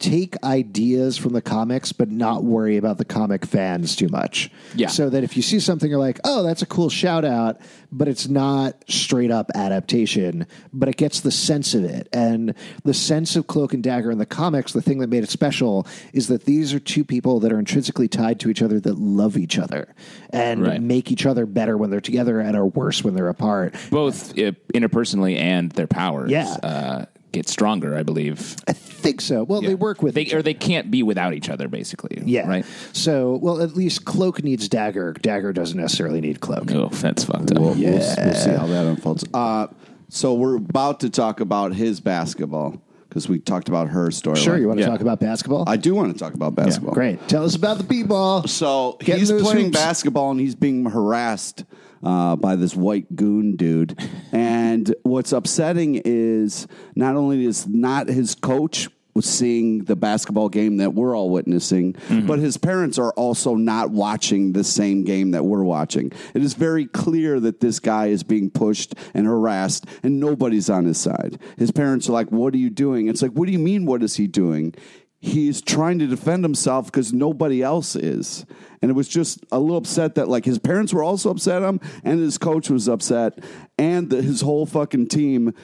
Speaker 1: take ideas from the comics but not worry about the comic fans too much.
Speaker 2: Yeah.
Speaker 1: So that if you see something you're like, "Oh, that's a cool shout out," but it's not straight up adaptation, but it gets the sense of it. And the sense of Cloak and Dagger in the comics, the thing that made it special is that these are two people that are intrinsically tied to each other that love each other and
Speaker 2: Right.
Speaker 1: make each other better when they're together and are worse when they're apart.
Speaker 2: both uh, interpersonally and their powers
Speaker 1: Yeah.
Speaker 2: uh, get stronger, I believe.
Speaker 1: think so. Well, they work with
Speaker 2: they
Speaker 1: each
Speaker 2: or they can't be without each other, basically.
Speaker 1: Yeah.
Speaker 2: right.
Speaker 1: So, well, at least Cloak needs Dagger. Dagger doesn't necessarily need Cloak.
Speaker 2: Oh, that's fucked up.
Speaker 3: Well, we'll, s- we'll see how that unfolds. Uh, so we're about to talk about his basketball because we talked about her story.
Speaker 1: Sure, you want to
Speaker 2: Yeah.
Speaker 1: talk about basketball?
Speaker 3: I do want to talk about basketball.
Speaker 1: Great. Tell us about the b-ball.
Speaker 3: So
Speaker 1: Get in
Speaker 3: he's
Speaker 1: those
Speaker 3: playing
Speaker 1: hoops.
Speaker 3: basketball and he's being harassed uh, by this white goon dude. And what's upsetting is not only is not his coach was seeing the basketball game that we're all witnessing,
Speaker 1: Mm-hmm.
Speaker 3: but his parents are also not watching the same game that we're watching. It is very clear that this guy is being pushed and harassed, and nobody's on his side. His parents are like, "What are you doing?" It's like, "What do you mean? What is he doing?" he's trying to defend himself because nobody else is. And it was just a little upset that like his parents were also upset at him, and his coach was upset, and the, his whole fucking team.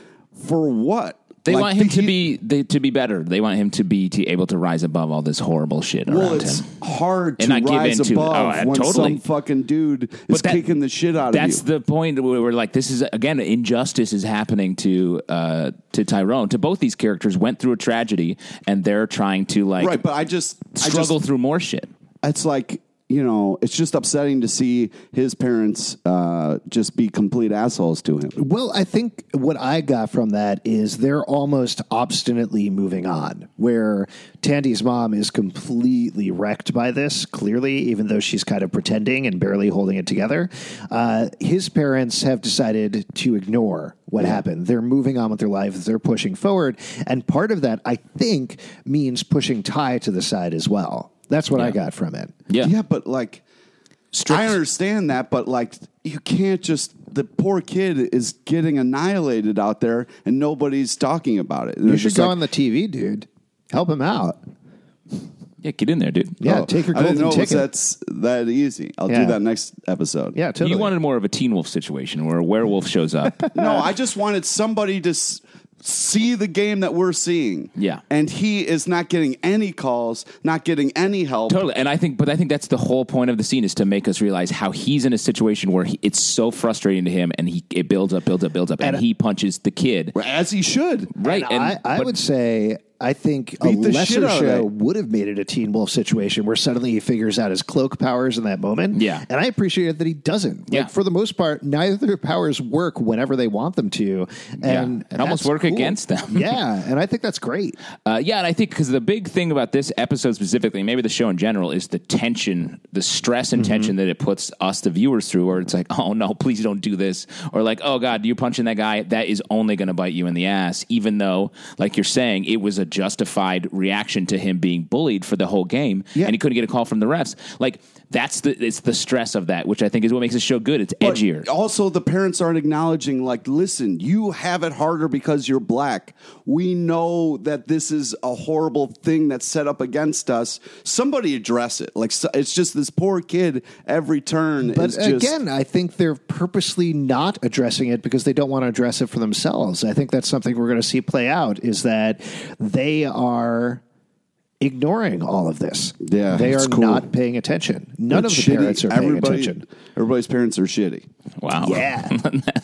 Speaker 3: For what?
Speaker 2: They
Speaker 3: Like,
Speaker 2: want him
Speaker 3: the-
Speaker 2: to
Speaker 3: he-
Speaker 2: be they, to be better. They want him to be to able to rise above all this horrible shit
Speaker 3: Well,
Speaker 2: around
Speaker 3: it's
Speaker 2: him.
Speaker 3: hard to
Speaker 2: And not give
Speaker 3: rise
Speaker 2: in to it. Oh,
Speaker 3: above
Speaker 2: I-
Speaker 3: when
Speaker 2: totally.
Speaker 3: some fucking dude is
Speaker 2: But that-
Speaker 3: kicking the shit out of you.
Speaker 2: That's the point where we're like, this is again injustice is happening to uh, to Tyrone. To both these characters went through a tragedy, and they're trying to like
Speaker 3: right, but I just I just
Speaker 2: struggle through more shit.
Speaker 3: it's like you know, it's just upsetting to see his parents uh, just be complete assholes to him.
Speaker 1: Well, I think what I got from that is they're almost obstinately moving on, where Tandy's mom is completely wrecked by this, clearly, even though she's kind of pretending and barely holding it together. Uh, his parents have decided to ignore what happened. They're moving on with their lives, they're pushing forward. And part of that, I think, means pushing Ty to the side as well. That's what I got from it.
Speaker 2: Yeah,
Speaker 3: Yeah, but like,
Speaker 2: Strict.
Speaker 3: I understand that, but like, you can't just. The poor kid is getting annihilated out there, and nobody's talking about it.
Speaker 1: You should go on the TV, dude. Help him out.
Speaker 2: yeah, get in there, dude.
Speaker 1: Yeah, take your
Speaker 3: Oh, I didn't
Speaker 1: golden
Speaker 3: know it was
Speaker 1: ticket.
Speaker 3: that's that easy. I'll
Speaker 1: Yeah.
Speaker 3: do that next episode.
Speaker 1: Yeah, totally.
Speaker 2: You wanted more of a Teen Wolf situation where a werewolf shows
Speaker 3: *laughs*
Speaker 2: up.
Speaker 3: No, I just wanted somebody to s- see the game that we're seeing.
Speaker 2: Yeah.
Speaker 3: and he is not getting any calls, not getting any help.
Speaker 2: Totally, and I think, but I think that's the whole point of the scene is to make us realize how he's in a situation where he, it's so frustrating to him, and he it builds up, builds up, builds up, and,
Speaker 1: And-
Speaker 2: he punches the kid.
Speaker 3: As he should.
Speaker 2: Right,
Speaker 1: And I, I
Speaker 2: but-
Speaker 1: would say I think a
Speaker 3: Beat the shit
Speaker 1: lesser
Speaker 3: out of
Speaker 1: show
Speaker 3: that.
Speaker 1: would have made it a Teen Wolf situation where suddenly he figures out his cloak powers in that moment.
Speaker 2: Yeah.
Speaker 1: and I appreciate that he doesn't. Like,
Speaker 2: Yeah.
Speaker 1: for the most part, neither of their powers work whenever they want them to, and
Speaker 2: Yeah. It almost
Speaker 1: that's
Speaker 2: work against them.
Speaker 1: yeah, and I think that's great.
Speaker 2: Uh, yeah, and I think because the big thing about this episode specifically, maybe the show in general, is the tension, the stress
Speaker 1: Mm-hmm.
Speaker 2: and tension that it puts us, the viewers, through. Where it's like, oh no, please don't do this, or like, oh god, you're punching that guy. That is only going to bite you in the ass, even though, like you're saying, it was a justified reaction to him being bullied for the whole game,
Speaker 1: Yeah.
Speaker 2: and he couldn't get a call from the refs. Like that's the it's the stress of that, which I think is what makes the show good. It's
Speaker 3: But
Speaker 2: edgier.
Speaker 1: oh,
Speaker 3: Also, the parents aren't acknowledging, like, listen, you have it harder because you're black. We know that this is a horrible thing that's set up against us. Somebody address it. Like, so, it's just this poor kid every turn.
Speaker 1: But
Speaker 3: is just,
Speaker 1: again, I think they're purposely not addressing it because they don't want to address it for themselves. I think that's something we're going to see play out is that they are ignoring all of this.
Speaker 3: Yeah,
Speaker 1: they
Speaker 3: it's
Speaker 1: are
Speaker 3: cool.
Speaker 1: not paying attention. None
Speaker 3: it's
Speaker 1: of the parents are paying
Speaker 3: Everybody- *laughs*
Speaker 1: attention.
Speaker 3: Everybody's parents are shitty.
Speaker 2: Wow.
Speaker 1: Yeah,
Speaker 3: *laughs*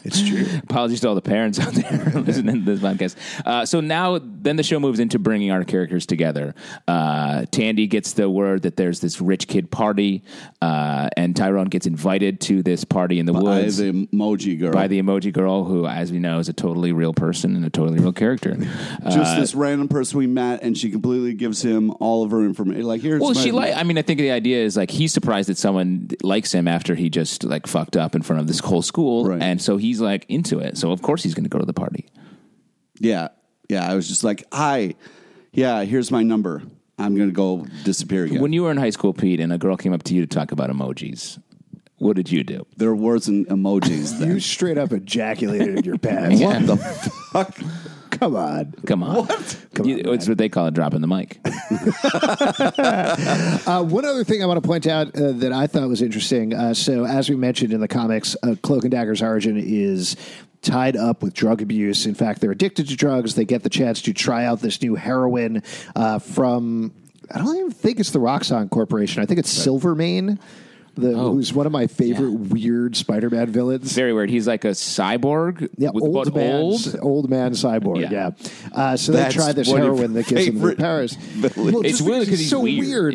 Speaker 1: it's true.
Speaker 2: Apologies to all the parents out there listening to this podcast. Uh, so now, then the show moves into bringing our characters together. Uh, Tandy gets the word that there's this rich kid party, uh, and Tyrone gets invited to this party in the
Speaker 3: I
Speaker 2: woods
Speaker 3: have a emoji girl.
Speaker 2: by the emoji girl, who, as we know, is a totally real person and a totally real character. Uh,
Speaker 3: just this random person we met, and she completely gives him all of her information. Like, here's
Speaker 2: well,
Speaker 3: my-
Speaker 2: she like. I mean, I think the idea is like he's surprised that someone likes him after he just like fucked up in front of this whole school,
Speaker 3: Right.
Speaker 2: and so he's like into it. So of course he's going to go to the party.
Speaker 3: Yeah. Yeah. I was just like, hi. Yeah. Here's my number. I'm going to go disappear again.
Speaker 2: When you were in high school, Pete, and a girl came up to you to talk about emojis, what did you do?
Speaker 3: there wasn't emojis then.
Speaker 1: You straight up ejaculated in your
Speaker 3: *laughs*
Speaker 1: pants.
Speaker 3: What the fuck?
Speaker 1: Come on.
Speaker 2: Come on. What? it's what they call it dropping the mic.
Speaker 1: Uh, one other thing I want to point out uh, that I thought was interesting. Uh, so, as we mentioned in the comics, uh, Cloak and Dagger's origin is tied up with drug abuse. In fact, they're addicted to drugs. They get the chance to try out this new heroin uh, from. I don't even think it's the Roxxon Corporation. I think it's Silvermane. the, who's one of my favorite weird Spider-Man villains.
Speaker 2: Very weird. He's like a cyborg.
Speaker 1: Yeah,
Speaker 2: with-
Speaker 1: old
Speaker 2: but
Speaker 1: man,
Speaker 2: old.
Speaker 1: old man cyborg. Yeah.
Speaker 2: Yeah.
Speaker 1: Uh, so
Speaker 3: That's
Speaker 1: they try this
Speaker 3: one of your
Speaker 1: heroin that gives him the
Speaker 3: favorite
Speaker 1: powers.
Speaker 3: villains. It's
Speaker 1: just
Speaker 2: it's weird because he's,
Speaker 1: so
Speaker 2: weird,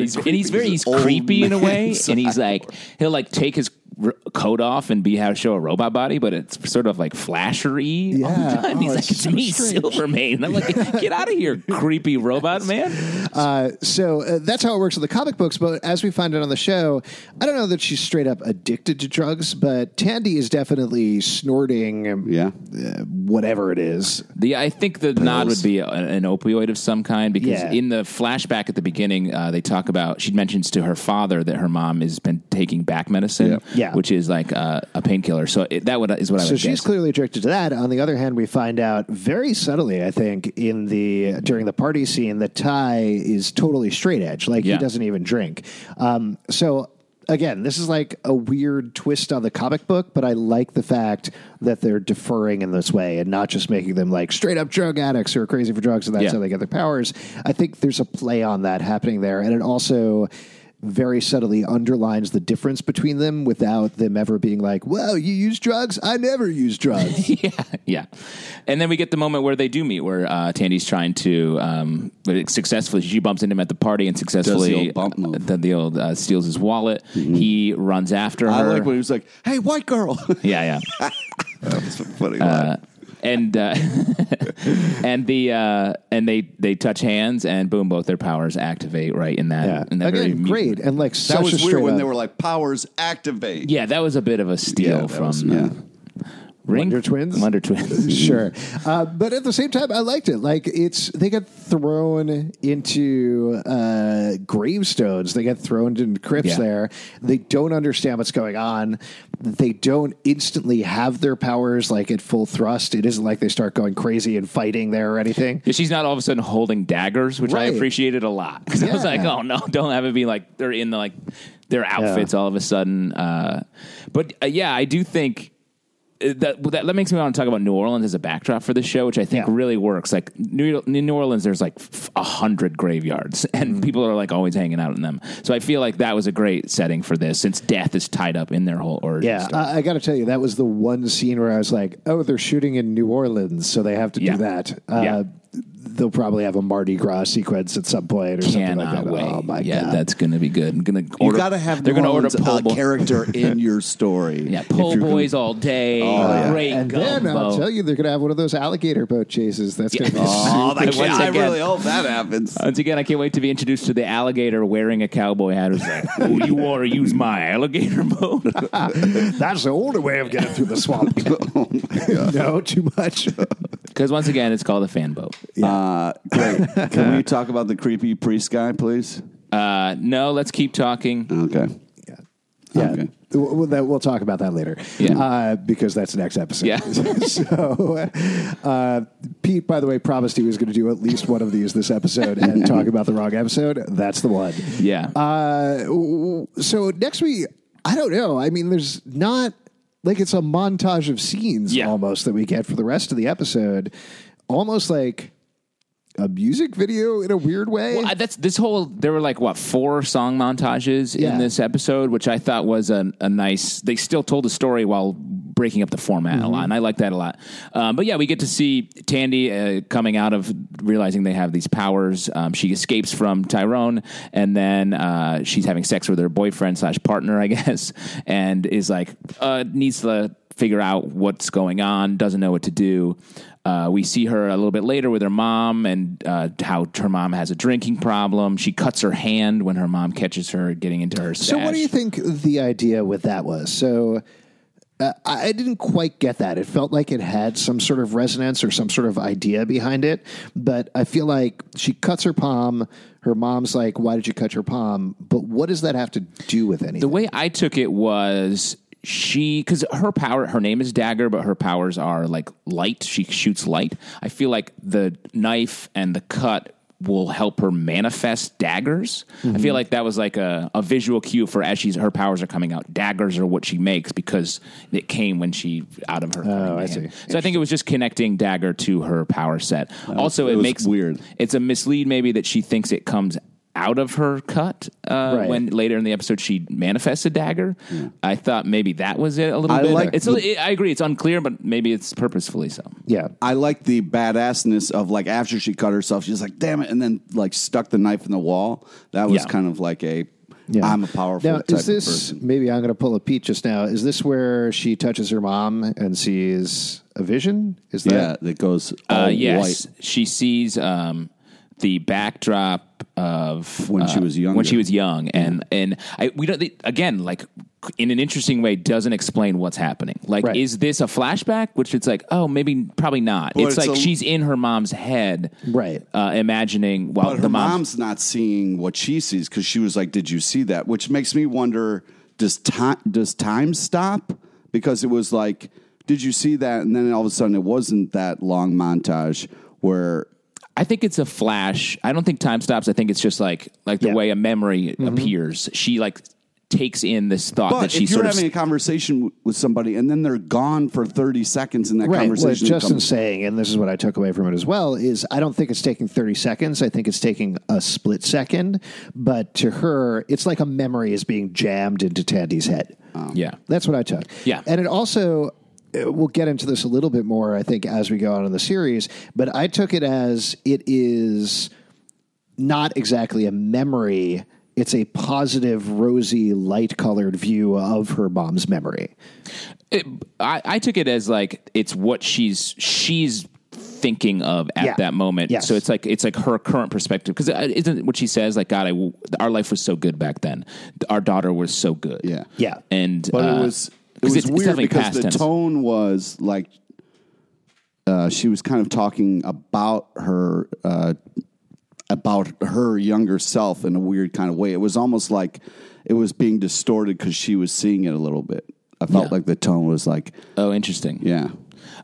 Speaker 1: and
Speaker 2: He's- and
Speaker 1: creepy.
Speaker 2: he's very
Speaker 3: He's
Speaker 2: he's
Speaker 3: an old
Speaker 2: creepy in a
Speaker 3: man
Speaker 2: way, and he's
Speaker 3: cyborg.
Speaker 2: like he'll like take his r- coat off and be how show a robot body, but it's sort of like flashery. all the
Speaker 1: Yeah.
Speaker 2: time.
Speaker 1: Oh,
Speaker 2: he's
Speaker 1: it's
Speaker 2: like it's
Speaker 1: so
Speaker 2: me,
Speaker 1: strange."
Speaker 2: Silvermane. And I'm like, get out of here, creepy robot man.
Speaker 1: Uh, so uh, that's how it works in the comic books. But as we find out on the show, I don't know that she's straight up addicted to drugs, but Tandy is definitely snorting. um,
Speaker 3: Yeah.
Speaker 1: uh, whatever it is.
Speaker 2: The I think the nod
Speaker 3: Pills.
Speaker 2: would be a, an opioid of some kind because
Speaker 1: Yeah.
Speaker 2: in the flashback at the beginning, uh, they talk about she mentions to her father that her mom has been taking back medicine,
Speaker 3: Yeah.
Speaker 1: Yeah.
Speaker 2: which is like uh, a painkiller. So it, that would, is what I
Speaker 1: So
Speaker 2: would
Speaker 1: she's
Speaker 2: guess.
Speaker 1: clearly addicted to that. On the other hand, we find out very subtly, I think, in the during the party scene that Ty is totally straight edge. Like he
Speaker 2: Yeah.
Speaker 1: doesn't even drink. Um, so again, this is like a weird twist on the comic book, but I like the fact that they're deferring in this way and not just making them like straight up drug addicts who are crazy for drugs and that's
Speaker 2: Yeah.
Speaker 1: how they get their powers. I think there's a play on that happening there, and it also very subtly underlines the difference between them without them ever being like, "Well, you use drugs. I never use
Speaker 3: *laughs*
Speaker 1: drugs."
Speaker 2: yeah, *laughs* yeah. And then we get the moment where they do meet, where uh, Tandy's trying to um, but it successfully. She bumps into him at the party and successfully
Speaker 3: old bump move. Mm-hmm.
Speaker 2: uh, the, the old uh, steals his wallet. He runs after
Speaker 3: I
Speaker 2: her.
Speaker 3: like when he was like, "Hey, white girl." *laughs*
Speaker 2: yeah, yeah.
Speaker 3: that was a funny.
Speaker 2: Uh,
Speaker 3: line.
Speaker 2: and uh, *laughs* and the uh, and they they touch hands and boom, both their powers activate right in that.
Speaker 1: Yeah.
Speaker 2: in that very
Speaker 1: Again,
Speaker 2: mu-
Speaker 1: great and like
Speaker 3: That
Speaker 1: such a
Speaker 3: was
Speaker 1: straight
Speaker 3: weird when
Speaker 1: up-
Speaker 3: they were like, "Powers activate."
Speaker 2: Yeah, that was a bit of a steal
Speaker 3: that
Speaker 2: from
Speaker 3: was-
Speaker 2: uh,
Speaker 3: yeah.
Speaker 2: Ring
Speaker 1: Wonder Twins?
Speaker 2: Wonder Twins.
Speaker 1: sure.
Speaker 2: Mm-hmm.
Speaker 1: Uh, but at the same time, I liked it. Like it's they get thrown into uh, gravestones. They get thrown into crypts
Speaker 2: Yeah.
Speaker 1: there. They don't understand what's going on. They don't instantly have their powers like at full thrust. It isn't like they start going crazy and fighting there or anything.
Speaker 2: Yeah, she's not all of a sudden holding daggers, which I
Speaker 1: Right.
Speaker 2: appreciated a lot. *laughs* 'Cause I was
Speaker 1: Yeah.
Speaker 2: like, oh no, don't have it be like they're in the, like their outfits all of a sudden. Uh, but uh, yeah, I do think. uh, That, well, that that makes me want to talk about New Orleans as a backdrop for this show, which I think
Speaker 1: Yeah.
Speaker 2: really works. Like New, in New Orleans, there's like f- a hundred graveyards, *laughs* and
Speaker 1: Mm-hmm.
Speaker 2: people are like always hanging out in them. So I feel like that was a great setting for this, since death is tied up in their whole origin.
Speaker 1: Yeah,
Speaker 2: story.
Speaker 1: I, I got to tell you, that was the one scene where I was like, "Oh, they're shooting in New Orleans, so they have to
Speaker 2: Yeah.
Speaker 1: do that." Uh,
Speaker 2: Yeah.
Speaker 1: They'll probably have a Mardi Gras sequence at some point or something like that.
Speaker 2: cannot wait.
Speaker 1: Oh my
Speaker 2: yeah,
Speaker 1: god,
Speaker 2: that's gonna be good. I'm gonna
Speaker 3: You
Speaker 2: order-
Speaker 3: gotta have. uh,
Speaker 2: They're
Speaker 3: going to
Speaker 2: order pull boy-
Speaker 3: *laughs* character in your story.
Speaker 2: Yeah,
Speaker 3: If
Speaker 2: pole
Speaker 3: you're gonna-
Speaker 2: *laughs* boys all day.
Speaker 3: yeah.
Speaker 2: Great
Speaker 1: Oh, and then I'll tell you, they're going to have one of those alligator boat chases. That's going to be. *laughs*
Speaker 3: Oh, that,
Speaker 2: Once
Speaker 3: yeah, I
Speaker 2: again- Uh,
Speaker 3: really hope that happens.
Speaker 2: Once again, I can't wait to be introduced to the alligator wearing a cowboy hat. Who's like, "Oh, you want to use my alligator *laughs* boat?"
Speaker 1: That's the older way of getting through the swamp. *laughs* no, too *laughs* much.
Speaker 2: Because once again, it's called a fan boat.
Speaker 3: Uh, great. Can we talk about the creepy priest guy, please?
Speaker 2: Uh, no, let's keep talking.
Speaker 3: Okay.
Speaker 1: yeah, yeah.
Speaker 3: Okay.
Speaker 1: We'll, we'll- that- we'll talk about that later.
Speaker 2: Yeah.
Speaker 1: uh, because that's next episode.
Speaker 2: Yeah.
Speaker 1: *laughs* so, uh, Pete, by the way, promised he was going to do at least one of these this episode
Speaker 2: *laughs*
Speaker 1: and talk about the wrong episode. That's the one.
Speaker 2: Yeah.
Speaker 1: Uh, w- so next week, I don't know. I mean, there's not like it's a montage of scenes
Speaker 2: Yeah.
Speaker 1: almost that we get for the rest of the episode, almost like a music video in a weird way.
Speaker 2: Well, I, that's this whole. There were like what four song montages
Speaker 1: Yeah.
Speaker 2: in this episode, which I thought was a, a nice. They still told the story while breaking up the format a lot, and I like that a lot. Um, but yeah, we get to see Tandy uh, coming out of realizing they have these powers. Um, she escapes from Tyrone, and then uh, she's having sex with her boyfriend slash partner, I *laughs* guess, and is like uh, needs to figure out what's going on, doesn't know what to do. Uh, we see her a little bit later with her mom and uh, how her mom has a drinking problem. She cuts her hand when her mom catches her getting into her stash.
Speaker 1: So, what do you think the idea with that was? So, uh, I I didn't quite get that. It felt like it had some sort of resonance or some sort of idea behind it, but I feel like she cuts her palm. Her mom's like, "Why did you cut your palm?" But what does that have to do with anything?
Speaker 2: The way I took it was she because her power her name is dagger but her powers are like light she shoots light i feel like the knife and the cut will help her manifest daggers i feel like that was like a, a visual cue for as she's her powers are coming out daggers are what she makes because it came when she out of her oh,
Speaker 1: I see.
Speaker 2: so i think it was just connecting dagger to her power set also
Speaker 3: it
Speaker 2: it,
Speaker 3: was
Speaker 2: makes
Speaker 3: weird.
Speaker 2: it's a mislead maybe that she thinks it comes out of her cut uh,
Speaker 1: Right.
Speaker 2: when later in the episode she manifests a dagger. I thought maybe that was it a little
Speaker 3: I
Speaker 2: bit.
Speaker 3: like
Speaker 2: it's.
Speaker 3: the-
Speaker 2: it- I agree. It's unclear, but maybe it's purposefully so.
Speaker 1: Yeah.
Speaker 3: I like the badassness of like after she cut herself, she's like, "Damn it!" and then like stuck the knife in the wall. That was
Speaker 2: Yeah.
Speaker 3: kind of like a,
Speaker 1: Yeah.
Speaker 3: am a powerful
Speaker 1: Now,
Speaker 3: type
Speaker 1: is
Speaker 3: of
Speaker 1: this
Speaker 3: person.
Speaker 1: maybe I'm going to pull a Pete just now? Is this where she touches her mom and sees a vision? Is that
Speaker 3: Yeah, that goes all
Speaker 2: Uh, yes,
Speaker 3: white.
Speaker 2: she sees um, the backdrop of
Speaker 3: When she
Speaker 2: uh,
Speaker 3: was younger.
Speaker 2: When she was young, and and I, we don't they- again like in an interesting way doesn't explain what's happening. Like,
Speaker 1: Right.
Speaker 2: is this a flashback? Which it's like, oh, maybe probably not.
Speaker 3: But
Speaker 2: it's,
Speaker 3: it's
Speaker 2: like
Speaker 3: a-
Speaker 2: she's in her mom's head,
Speaker 1: Right.
Speaker 2: Uh, imagining while
Speaker 3: But
Speaker 2: the
Speaker 3: her
Speaker 2: mom's,
Speaker 3: mom's not seeing what she sees because she was like, "Did you see that?" Which makes me wonder: Does time does time stop? Because it was like, "Did you see that?" And then all of a sudden, it wasn't that long montage where
Speaker 2: I think it's a flash. I don't think time stops. I think it's just like like the
Speaker 1: Yeah.
Speaker 2: way a memory appears. She like takes in this thought
Speaker 3: Mm-hmm. But
Speaker 2: that she
Speaker 3: if you're
Speaker 2: sort of
Speaker 3: having a conversation w- with somebody and then they're gone for 30 seconds in that
Speaker 1: Right. What
Speaker 3: conversation,
Speaker 1: Justin's
Speaker 3: comes-
Speaker 1: saying, and this is what I took away from it as well, is I don't think it's taking 30 seconds. I think it's taking a split second. But to her, it's like a memory is being jammed into Tandy's head.
Speaker 2: yeah.
Speaker 1: That's what I took.
Speaker 2: Yeah.
Speaker 1: And it also, uh, we'll get into this a little bit more, I think, as we go on in the series, but I took it as it is not exactly a memory. It's a positive, rosy, light colored view of her mom's memory.
Speaker 2: It, I, I took it as like it's what she's she's thinking of at
Speaker 1: Yeah.
Speaker 2: that moment.
Speaker 1: Yes.
Speaker 2: So it's like it's like her current perspective because isn't what she says like God, I w- our life was so good back then. Our daughter was so good.
Speaker 3: Yeah.
Speaker 1: Yeah.
Speaker 2: and
Speaker 3: But
Speaker 2: uh,
Speaker 3: it was, it
Speaker 2: 'cause it's-
Speaker 3: was
Speaker 2: it's
Speaker 3: weird
Speaker 2: definitely
Speaker 3: because
Speaker 2: past
Speaker 3: the
Speaker 2: tense.
Speaker 3: tone was like uh, she was kind of talking about her. Uh, about her younger self in a weird kind of way. It was almost like it was being distorted because she was seeing it a little bit. I felt
Speaker 2: Yeah.
Speaker 3: like the tone was like,
Speaker 2: Oh, interesting.
Speaker 3: yeah,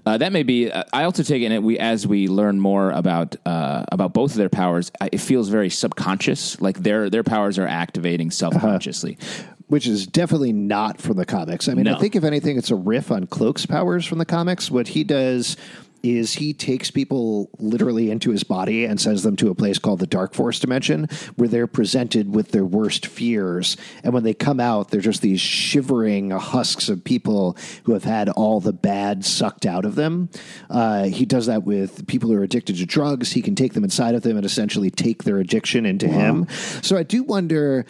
Speaker 2: Uh, that may be. Uh, I also take in it. We as we learn more about uh, about both of their powers, I, it feels very subconscious. Like their their powers are activating
Speaker 3: Uh-huh.
Speaker 2: subconsciously.
Speaker 1: which is definitely not from the comics. I mean,
Speaker 2: No.
Speaker 1: I think if anything, it's a riff on Cloak's powers from the comics. What he does is he takes people literally into his body and sends them to a place called the Dark Force dimension, where they're presented with their worst fears, and when they come out, they're just these shivering husks of people who have had all the bad sucked out of them. Uh, he does that with people who are addicted to drugs. He can take them inside of them and essentially take their addiction into him. So I do wonder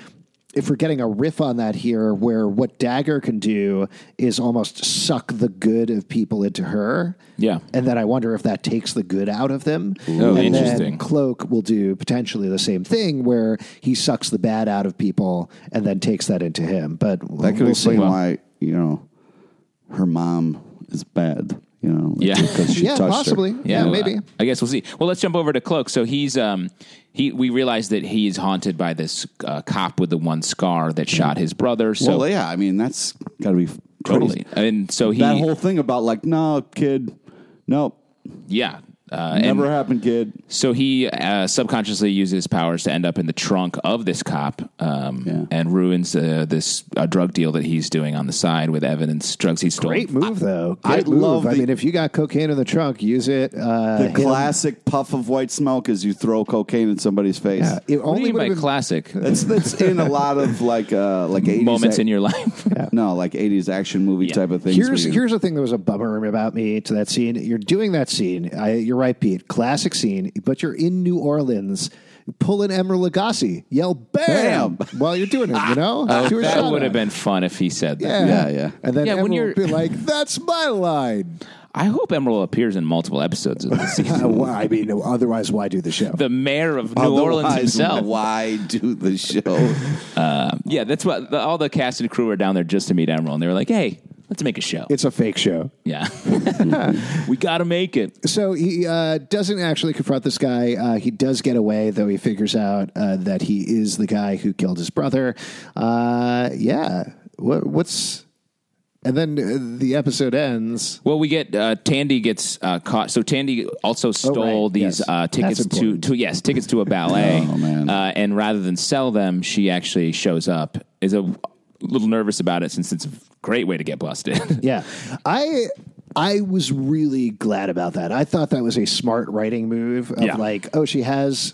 Speaker 1: if we're getting a riff on that here, where what Dagger can do is almost suck the good of people into her.
Speaker 2: Yeah.
Speaker 1: And then I wonder if that takes the good out of them.
Speaker 2: Oh,
Speaker 1: and
Speaker 2: interesting.
Speaker 1: Then Cloak will do potentially the same thing where he sucks the bad out of people and then takes that into him. But
Speaker 3: that could
Speaker 1: we'll see.
Speaker 3: explain why, you know, her mom is bad, you know, like,
Speaker 2: Yeah.
Speaker 3: because
Speaker 1: *laughs*
Speaker 3: she
Speaker 1: Yeah,
Speaker 3: touched her.
Speaker 1: possibly. Yeah,
Speaker 2: well,
Speaker 1: maybe.
Speaker 2: I guess we'll see. Well, let's jump over to Cloak. So he's um he we realize that he's haunted by this uh, cop with the one scar that shot his brother. So
Speaker 3: well, yeah, I mean that's got to be f- crazy.
Speaker 2: totally. And so he
Speaker 3: That whole thing about like, no, kid, no,
Speaker 2: yeah. Uh, and
Speaker 3: never happened, kid.
Speaker 2: So he uh, subconsciously uses his powers to end up in the trunk of this cop um,
Speaker 3: Yeah.
Speaker 2: and ruins uh, this uh, drug deal that he's doing on the side with evidence, drugs he stole.
Speaker 1: Great move, though. Good
Speaker 3: I
Speaker 1: move.
Speaker 3: love
Speaker 1: I
Speaker 3: the-
Speaker 1: mean, if you got cocaine in the trunk, use it. Uh,
Speaker 3: The
Speaker 1: hit 'em.
Speaker 3: classic puff of white smoke as you throw cocaine in somebody's face.
Speaker 1: Yeah, it
Speaker 2: What do you
Speaker 1: only
Speaker 2: mean
Speaker 1: would
Speaker 2: by
Speaker 1: have been
Speaker 2: classic
Speaker 3: That's that's in a lot of like uh like 80s
Speaker 2: moments
Speaker 3: ac-
Speaker 2: in your life?
Speaker 3: no like 80s action movie
Speaker 2: Yeah.
Speaker 3: type of things.
Speaker 1: Here's
Speaker 3: where you-
Speaker 1: here's the thing that was a bummer about me to that scene. You're doing that scene. I, you're right, Pete. Classic scene, but you're in New Orleans. Pull an Emeril Lagasse. Yell bam,
Speaker 3: Bam.
Speaker 1: while you're doing it. You know,
Speaker 2: Oh,
Speaker 1: Do a
Speaker 2: that
Speaker 1: shot
Speaker 2: would
Speaker 1: at
Speaker 2: have
Speaker 1: it.
Speaker 2: been fun if he said that.
Speaker 1: Yeah,
Speaker 3: Yeah, yeah.
Speaker 1: And then
Speaker 2: Yeah, when
Speaker 1: Emeril
Speaker 2: you're-
Speaker 1: would be like, "That's my line."
Speaker 2: I hope Emerald appears in multiple episodes of the season.
Speaker 1: Uh, well, I mean, otherwise, why do the show?
Speaker 2: the mayor of New Orleans
Speaker 3: Otherwise,
Speaker 2: himself.
Speaker 3: Why do the show?
Speaker 2: Yeah, that's what the, all the cast and crew were down there just to meet Emerald. And they were like, hey, let's make a show.
Speaker 1: it's a fake show.
Speaker 2: yeah. *laughs* we got to make it.
Speaker 1: So he uh, doesn't actually confront this guy. Uh, he does get away, though he figures out uh, that he is the guy who killed his brother. Uh, yeah. What, what's. And then uh, the episode ends.
Speaker 2: Well, we get uh, Tandy gets uh, caught. So Tandy also stole
Speaker 1: Oh, right.
Speaker 2: these
Speaker 1: Yes.
Speaker 2: uh, tickets
Speaker 1: That's
Speaker 2: to,
Speaker 1: important.
Speaker 2: to yes tickets to
Speaker 1: *laughs*
Speaker 2: a ballet.
Speaker 3: Oh, man.
Speaker 2: Uh, and rather than sell them, she actually shows up. Is a little nervous about it since it's a great way to get *laughs* busted.
Speaker 1: Yeah. I. I was really glad about that. I thought that was a smart writing move of
Speaker 2: Yeah.
Speaker 1: like, oh, she has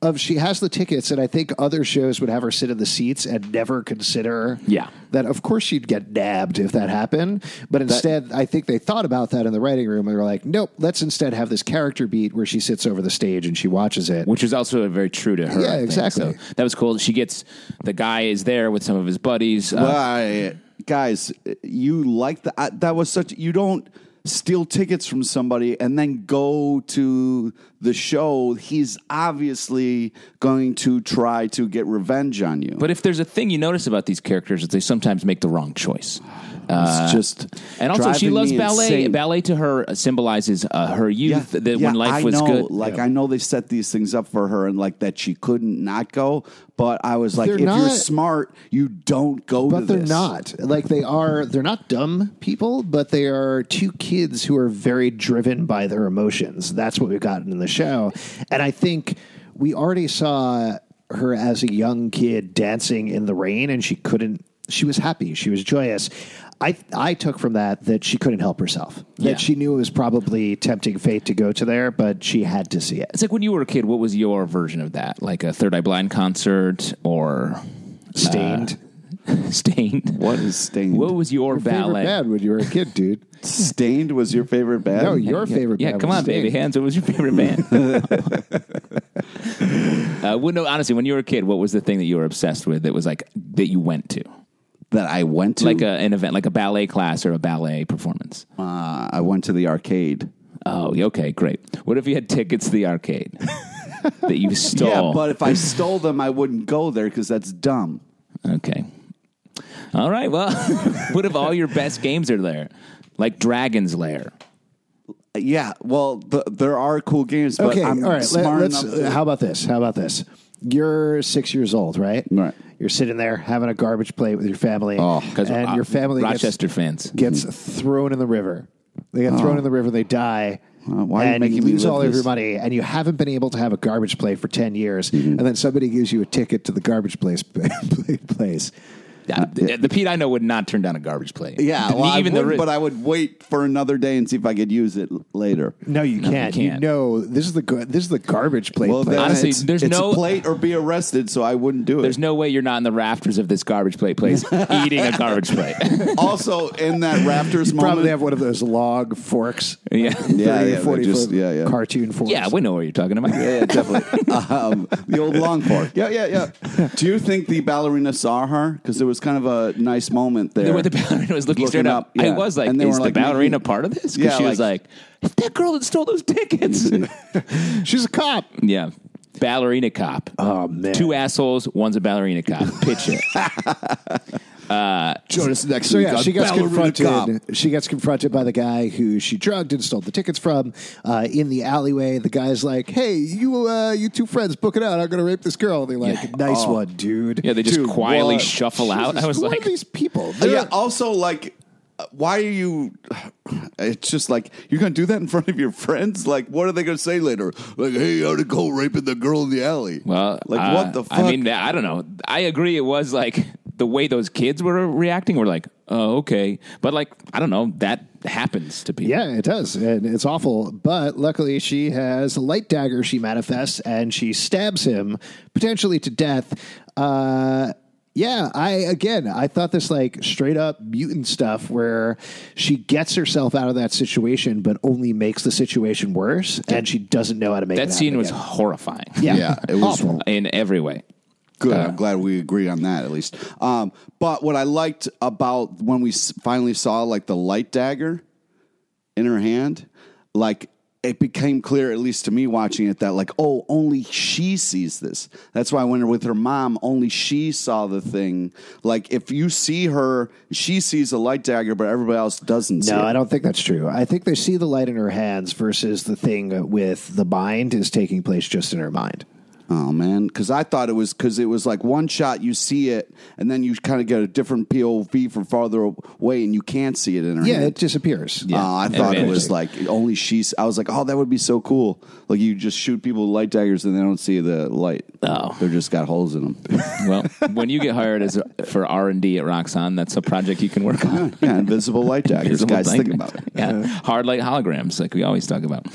Speaker 1: of she has the tickets, and I think other shows would have her sit in the seats and never consider
Speaker 2: Yeah.
Speaker 1: that of course she'd get nabbed if that happened. But instead, I think they thought about that in the writing room and were like, nope, let's instead have this character beat where she sits over the stage and she watches it.
Speaker 2: which was also very true to her.
Speaker 1: Yeah,
Speaker 2: I think.
Speaker 1: exactly.
Speaker 2: So that was cool. She gets the guy is there with some of his buddies. Uh,
Speaker 3: Why, guys, you like that? I- That was such. You don't steal tickets from somebody and then go to the show. He's obviously going to try to get revenge on you.
Speaker 2: but if there's a thing you notice about these characters, is they sometimes make the wrong choice.
Speaker 3: it's just
Speaker 2: uh, And also, she
Speaker 3: driving
Speaker 2: loves
Speaker 3: me
Speaker 2: ballet.
Speaker 3: insane.
Speaker 2: Ballet to her symbolizes uh, her youth, that when life
Speaker 3: I
Speaker 2: was
Speaker 3: know,
Speaker 2: good.
Speaker 3: Like I know they set these things up for her and like that she couldn't not go. But I was like,
Speaker 1: They're
Speaker 3: if you're
Speaker 1: not-
Speaker 3: smart, you don't go to
Speaker 1: but they're
Speaker 3: this.
Speaker 1: not like they are they're not dumb people but they are two kids who are very driven by their emotions that's what we've gotten in the show and i think we already saw her as a young kid dancing in the rain and she couldn't she was happy she was joyous I, I took from that that she couldn't help herself. That
Speaker 2: Yeah.
Speaker 1: she knew it was probably tempting fate to go to there, but she had to see it.
Speaker 2: It's like when you were a kid, what was your version of that? Like a Third Eye Blind concert or *laughs*
Speaker 1: Stained.
Speaker 2: Stained?
Speaker 3: What is stained?
Speaker 2: What was your
Speaker 1: Uh, Favorite
Speaker 2: ballet?
Speaker 1: band when you were a kid,
Speaker 2: *laughs*
Speaker 1: dude.
Speaker 3: Stained was your favorite band?
Speaker 1: No, your favorite
Speaker 2: Yeah,
Speaker 1: band.
Speaker 2: come
Speaker 1: was
Speaker 2: on, baby
Speaker 1: Stained.
Speaker 2: hands. What was your favorite
Speaker 1: *laughs*
Speaker 2: band? uh, well, no, honestly, when you were a kid, what was the thing that you were obsessed with that was like that you went to,
Speaker 3: that I went to.
Speaker 2: like a, an event, like a ballet class or a ballet performance?
Speaker 3: uh, I went to the arcade.
Speaker 2: Oh, okay, great. What if you had tickets to the
Speaker 3: *laughs*
Speaker 2: arcade that you stole?
Speaker 3: Yeah, but if I stole them, I wouldn't go there because that's dumb.
Speaker 2: okay. All right. Well, *laughs* what if all your best games are there, like Dragon's Lair?
Speaker 3: Yeah, well, th there are cool games, but
Speaker 1: okay,
Speaker 3: I'm
Speaker 1: all right.
Speaker 3: smart
Speaker 1: Let, us
Speaker 3: enough. to-
Speaker 1: how about this? How about this? You're six years old, right?
Speaker 3: Right.
Speaker 1: You're sitting there having a garbage plate with your family,
Speaker 3: Oh,
Speaker 2: Because
Speaker 1: and your family gets-
Speaker 2: uh, Rochester fans.
Speaker 3: Uh,
Speaker 1: gets,
Speaker 3: Mm.
Speaker 1: thrown in the river. They get thrown in the river. They die.
Speaker 3: Oh. Uh, why are you
Speaker 1: and you
Speaker 3: making me
Speaker 1: lose
Speaker 3: live
Speaker 1: all of
Speaker 3: this?
Speaker 1: your money, and you haven't been able to have a garbage plate for ten years,
Speaker 3: Mm-hmm.
Speaker 1: and then somebody gives you a ticket to the garbage place. *laughs* place.
Speaker 2: Uh, the, the Pete I know would not turn down a garbage plate. *laughs*
Speaker 3: yeah, well, I
Speaker 2: even the
Speaker 3: would,
Speaker 2: ri-
Speaker 3: but I would wait for another day and see if I could use it l- later.
Speaker 1: No, you can't. You,
Speaker 2: can't.
Speaker 1: know this is the gar- this is the garbage plate.
Speaker 3: Well,
Speaker 1: place.
Speaker 3: then
Speaker 2: Honestly,
Speaker 3: it's,
Speaker 2: there's
Speaker 3: it's
Speaker 2: no-
Speaker 3: a plate or be arrested, so I wouldn't do it.
Speaker 2: There's no way you're not in the rafters of this garbage plate
Speaker 3: *laughs*
Speaker 2: place eating a garbage plate. *laughs*
Speaker 3: also, in that rafters moment,
Speaker 1: Probably have one of those log forks.
Speaker 2: yeah.
Speaker 3: Yeah,
Speaker 1: 30
Speaker 3: yeah,
Speaker 1: or
Speaker 3: they
Speaker 1: 40
Speaker 3: just-
Speaker 1: foot
Speaker 3: yeah, yeah.
Speaker 1: cartoon forks.
Speaker 2: Yeah, we know what you're talking about.
Speaker 3: yeah, yeah, definitely. *laughs* um, the old long fork. Yeah, yeah, yeah. Do you think the ballerina saw her? Because there was kind of a nice moment there.
Speaker 2: When the ballerina was looking,
Speaker 3: Looking
Speaker 2: straight up,
Speaker 3: up, yeah.
Speaker 2: I was like,
Speaker 3: And they
Speaker 2: "Is
Speaker 3: were
Speaker 2: the
Speaker 3: like,
Speaker 2: ballerina
Speaker 3: maybe-
Speaker 2: part of this?" Because
Speaker 3: Yeah,
Speaker 2: she was like,
Speaker 3: like-
Speaker 2: "It's that girl that stole those
Speaker 3: *laughs*
Speaker 2: tickets."
Speaker 1: She's a cop.
Speaker 2: yeah, ballerina cop.
Speaker 1: Oh, man.
Speaker 2: Two assholes. One's a ballerina cop. Pitch
Speaker 3: *laughs*
Speaker 2: it.
Speaker 3: Jonas next.
Speaker 1: So yeah, she gets confronted. She gets confronted by the guy who she drugged and stole the tickets from uh, in the alleyway. The guy's like, "Hey, you, uh, you two friends, book it out. I'm gonna rape this girl." And they're like, "Nice one, dude."
Speaker 2: Yeah, they just
Speaker 1: Dude,
Speaker 2: quietly
Speaker 1: what?
Speaker 2: shuffle out.
Speaker 1: Jesus,
Speaker 2: I was
Speaker 1: who are
Speaker 2: like, Oh,
Speaker 1: "These people."
Speaker 3: Uh,
Speaker 1: They're-
Speaker 3: yeah. Also, like, uh, why are you? It's just like you're gonna do that in front of your friends. Like, what are they gonna say later? Like, hey, you ought to go raping the girl in the alley.
Speaker 2: Well,
Speaker 3: like,
Speaker 2: uh,
Speaker 3: what the fuck?
Speaker 2: I mean, I don't know. I agree. It was like the way those kids were reacting. We're like, "Oh, okay," but like, I don't know. That happens to people.
Speaker 1: Yeah, it does, and it's awful. But luckily, she has a light dagger. She manifests and she stabs him potentially to death. Uh, yeah, I again, I thought this like straight up mutant stuff where she gets herself out of that situation, but only makes the situation worse, and she doesn't know how to make it
Speaker 2: That
Speaker 1: happen
Speaker 2: scene was
Speaker 1: again.
Speaker 2: horrifying.
Speaker 3: Yeah, it was
Speaker 1: awful.
Speaker 2: in every way.
Speaker 3: Good. I'm glad we agree on that at least. Um, but what I liked about when we s- finally saw like the light dagger in her hand, like it became clear, at least to me watching it, that like, oh, only she sees this. That's why when her with her mom, only she saw the thing. Like if you see her, she sees a light dagger, but everybody else doesn't see
Speaker 1: No,
Speaker 3: it.
Speaker 1: I don't think that's true. I think they see the light in her hands versus the thing with the mind is taking place just in her mind.
Speaker 3: Oh man, because I thought it was because it was like one shot you see it, and then you kind of get a different POV from farther away, and you can't see it in her.
Speaker 1: Yeah,
Speaker 3: hand.
Speaker 1: it disappears.
Speaker 3: Yeah, Uh, I thought it
Speaker 2: Advantage.
Speaker 3: was like only she's. I was like, oh, that would be so cool. Like you just shoot people with light daggers and they don't see the light.
Speaker 2: Oh.
Speaker 3: they're just got holes in them.
Speaker 2: Well, when you get hired as a, for R and D at Roxxon, that's a project you can work
Speaker 3: *laughs*
Speaker 2: on.
Speaker 3: *laughs* yeah, invisible light daggers.
Speaker 2: Invisible
Speaker 3: guys,
Speaker 2: blank-
Speaker 3: think
Speaker 2: *laughs*
Speaker 3: about it.
Speaker 1: Uh-huh.
Speaker 2: Yeah, hard light holograms, like we always talk about.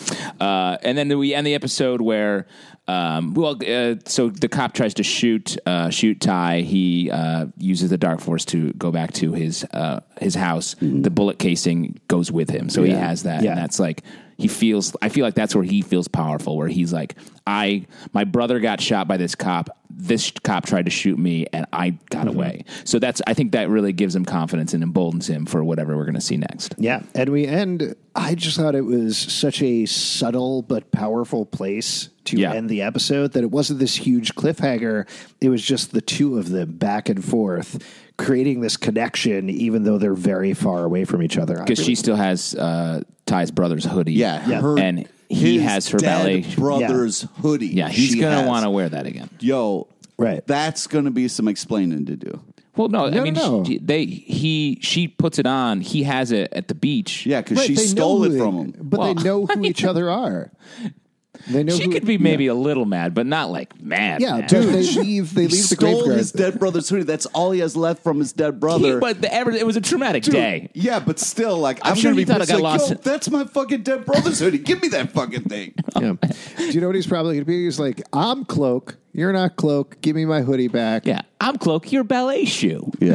Speaker 2: Uh, and then we end the episode where uh, Um, well, uh, so the cop tries to shoot uh, shoot Ty. He uh, uses the dark force to go back to his uh, his house. The bullet casing goes with him, so he has that.
Speaker 1: Mm-hmm. Yeah.
Speaker 2: And that's like he feels. I feel like that's where he feels powerful. Where he's like, I my brother got shot by this cop. This cop tried to shoot me, and I got
Speaker 1: Mm-hmm.
Speaker 2: away. So that's. I think that really gives him confidence and emboldens him for whatever we're going to see next.
Speaker 1: Yeah, and we end. I just thought it was such a subtle but powerful place to
Speaker 2: Yeah.
Speaker 1: end the episode that it wasn't this huge cliffhanger. It was just the two of them back and forth, creating this connection, even though they're very far away from each other. I
Speaker 2: because
Speaker 1: really-
Speaker 2: she still has uh, Ty's brother's hoodie.
Speaker 3: Yeah,
Speaker 1: Yeah.
Speaker 3: her-
Speaker 2: and he
Speaker 3: his
Speaker 2: has her
Speaker 3: dead
Speaker 2: ballet.
Speaker 3: brother's hoodie.
Speaker 2: yeah, he's
Speaker 3: she
Speaker 2: gonna
Speaker 3: has.
Speaker 2: want to wear that again.
Speaker 3: Yo,
Speaker 1: Right.
Speaker 3: That's gonna be some explaining to do.
Speaker 2: Well, no, I mean
Speaker 1: no.
Speaker 2: She, they he she puts it on. He has it at the beach.
Speaker 3: Yeah, because
Speaker 1: Right,
Speaker 3: she
Speaker 1: they know
Speaker 3: stole
Speaker 1: who
Speaker 3: it
Speaker 1: they-
Speaker 3: from him.
Speaker 1: but
Speaker 2: Well,
Speaker 1: they know who each other are. They know
Speaker 2: she
Speaker 1: who,
Speaker 2: could be maybe a little mad, but not like mad.
Speaker 1: Yeah,
Speaker 2: mad.
Speaker 1: but they leave. They
Speaker 3: He
Speaker 1: leave the
Speaker 3: stole
Speaker 1: graveyard.
Speaker 3: his dead brother's hoodie. That's all he has left from his dead
Speaker 2: He- *laughs*
Speaker 3: brother.
Speaker 2: but the average, it was a traumatic day.
Speaker 3: Yeah, but still, like I'm,
Speaker 2: sure
Speaker 3: gonna
Speaker 2: he
Speaker 3: be
Speaker 2: thought I
Speaker 3: pissed,
Speaker 2: got
Speaker 3: like,
Speaker 2: lost
Speaker 3: Yo,
Speaker 2: in-
Speaker 3: that's my fucking dead brother's hoodie. Give me that
Speaker 2: *laughs*
Speaker 3: fucking thing.
Speaker 1: Yeah. Do you know what he's probably going to be? He's like, I'm cloak. You're not cloak. Give me my hoodie back.
Speaker 2: Yeah, I'm cloak your ballet shoe. *laughs*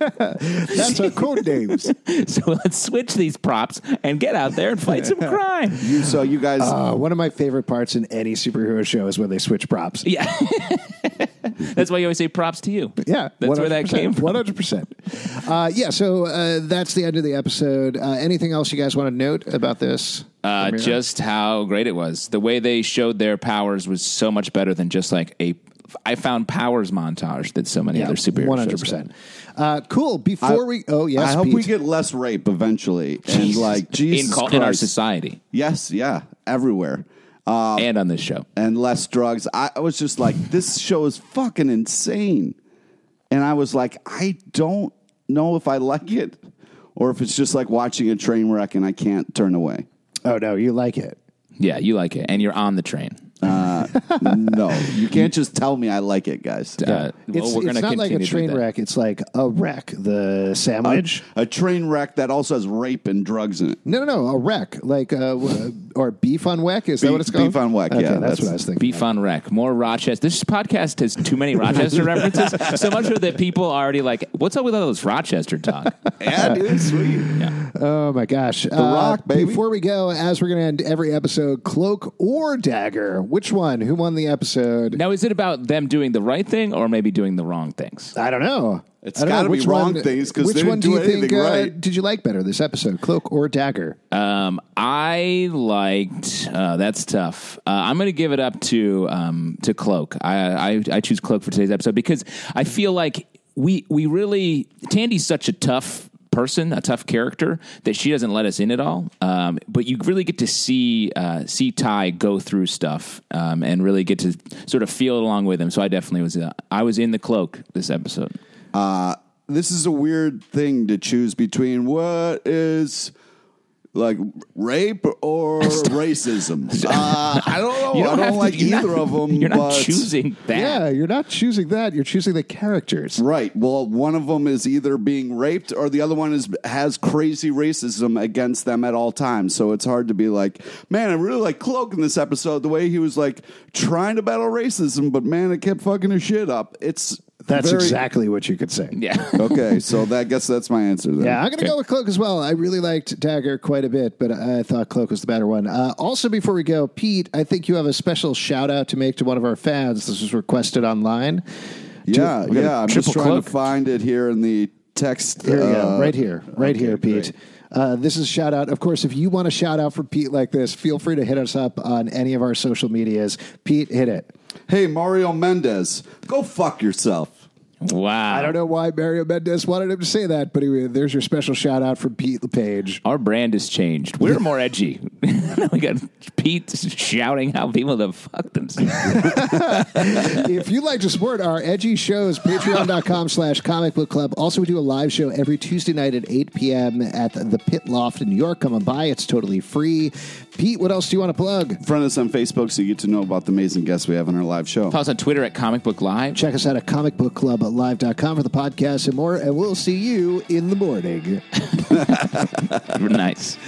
Speaker 3: Yeah,
Speaker 1: That's our code names.
Speaker 2: So let's switch these props and get out there and
Speaker 1: *laughs*
Speaker 2: fight some crime.
Speaker 3: you. So you guys,
Speaker 1: Uh, one of my favorite parts in any superhero show is when they switch props.
Speaker 2: Yeah, *laughs* that's why you always say props to you.
Speaker 1: Yeah,
Speaker 2: that's where that came from.
Speaker 1: One hundred percent. Yeah, so uh, that's the end of the episode. Uh, anything else you guys want to note about this?
Speaker 2: Uh,
Speaker 1: premiere?
Speaker 2: just how great it was. The way they showed their powers was so much better than just like a. I found powers montage that so many other superhero
Speaker 1: one
Speaker 2: shows
Speaker 1: hundred percent. Uh, Cool. Before we, oh yes,
Speaker 3: I hope we
Speaker 1: Pete.
Speaker 3: get less rape eventually, and like Jesus
Speaker 2: in, cul-
Speaker 3: Christ.
Speaker 2: in our society
Speaker 3: Yes, yeah, everywhere.
Speaker 1: Uh,
Speaker 2: and on this show.
Speaker 3: and less drugs. I, I was just like, this show is fucking insane. And I was like, I don't know if I like it or if it's just like watching a train wreck and I can't turn away.
Speaker 1: Oh no, you like it.
Speaker 2: Yeah, you like it, and you're on the train. Uh,
Speaker 3: Uh, *laughs* No, you can't just tell me I like it, guys.
Speaker 2: Uh, well,
Speaker 1: it's
Speaker 2: we're
Speaker 1: it's
Speaker 2: gonna
Speaker 1: not like
Speaker 2: continue
Speaker 1: a
Speaker 2: to do
Speaker 1: train
Speaker 2: that. Uh,
Speaker 1: wreck. It's like a wreck. The sandwich.
Speaker 3: *laughs* A train wreck that also has rape and drugs in it.
Speaker 1: no, no, no, a wreck. Like uh, w- or beef on weck. Is that
Speaker 3: Beef-
Speaker 1: what it's called?
Speaker 3: beef on weck,
Speaker 1: Okay,
Speaker 3: yeah,
Speaker 1: that's,
Speaker 3: that's-
Speaker 1: what I was thinking.
Speaker 2: Beef on wreck. More Rochester. This podcast has too
Speaker 1: *laughs*
Speaker 2: many Rochester references. So much so that people are already like, "What's up with all those Rochester
Speaker 1: *laughs*
Speaker 2: talk?"
Speaker 3: Yeah,
Speaker 2: *laughs*
Speaker 3: dude, sweet.
Speaker 1: Oh my gosh. The
Speaker 3: Rock, baby.
Speaker 1: Before we go, as we're going to end every episode, cloak or dagger? Which one? Who won the episode?
Speaker 2: now, is it about them doing the right thing or maybe doing the wrong things?
Speaker 1: I don't know.
Speaker 3: It's
Speaker 1: I don't know.
Speaker 3: gotta be
Speaker 1: Which
Speaker 3: wrong
Speaker 1: one-
Speaker 3: things 'cause
Speaker 1: which
Speaker 3: they didn't
Speaker 1: one
Speaker 3: do
Speaker 1: you think, uh,
Speaker 3: anything right.
Speaker 1: Did you like better this episode, cloak or dagger?
Speaker 2: Um, I liked. Uh, that's tough. Uh, I'm going to give it up to um, to Cloak. I, I I choose Cloak for today's episode because I feel like we we really Tandy's such a tough person, a tough character that she doesn't let us in at all. Um, but you really get to see uh, see Ty go through stuff um, and really get to sort of feel it along with him. So I definitely was uh, I was in the Cloak this episode.
Speaker 3: uh, this is a weird thing to choose between what is like rape or *laughs*
Speaker 2: *laughs*
Speaker 3: racism. Uh, I don't know. I
Speaker 2: have
Speaker 3: don't
Speaker 2: to-
Speaker 3: like
Speaker 2: you're not-
Speaker 3: either of
Speaker 2: *laughs*
Speaker 3: them.
Speaker 2: You're not
Speaker 3: but-
Speaker 2: choosing that.
Speaker 1: Yeah, you're not choosing that. You're choosing the characters.
Speaker 3: Right. Well, one of them is either being raped or the other one is has crazy racism against them at all times. So it's hard to be like, man, I really like Cloak in this episode. The way he was like trying to battle racism, but man, it kept fucking his shit up. It's
Speaker 1: That's
Speaker 3: very-
Speaker 1: exactly what you could say.
Speaker 2: *laughs* Yeah.
Speaker 3: okay. So that I guess that's my answer. Then.
Speaker 1: Yeah, I'm going to go with Cloak as well. I really liked Dagger quite a bit, but I thought Cloak was the better one. Uh, also, before we go, Pete, I think you have a special shout out to make to one of our fans. This was requested online.
Speaker 3: Yeah,
Speaker 2: got a
Speaker 3: yeah. I'm just
Speaker 2: triple
Speaker 3: trying
Speaker 2: cloak.
Speaker 3: to find it here in the text.
Speaker 1: Here we
Speaker 3: uh,
Speaker 1: go. Right here. Right here,
Speaker 3: great.
Speaker 1: Pete. Uh, this is a shout out. Of course, if you want a shout out for Pete like this, feel free to hit us up on any of our social medias. Pete, hit it.
Speaker 3: Hey, Mario Mendez, go fuck yourself.
Speaker 2: Wow.
Speaker 1: I don't know why Mario Mendez wanted him to say that, but anyway, there's your special shout out from Pete
Speaker 3: *laughs*
Speaker 1: LePage.
Speaker 2: Our brand has changed. We're more edgy. *laughs* we got Pete shouting out people to fuck themselves.
Speaker 1: if you'd like to support our edgy shows, patreon.com slash comic book club. Also, we do a live show every Tuesday night at 8 p.m. at the Pit Loft in New York. Come on by. It's totally free. Pete, what else do you want to plug?
Speaker 3: Friend us on Facebook so you get to know about the amazing guests we have on our live show.
Speaker 2: Follow us on Twitter at Comic Book Live.
Speaker 1: Check us out at comicbookclublive.com for the podcast and more, and we'll see you in the morning.
Speaker 2: nice.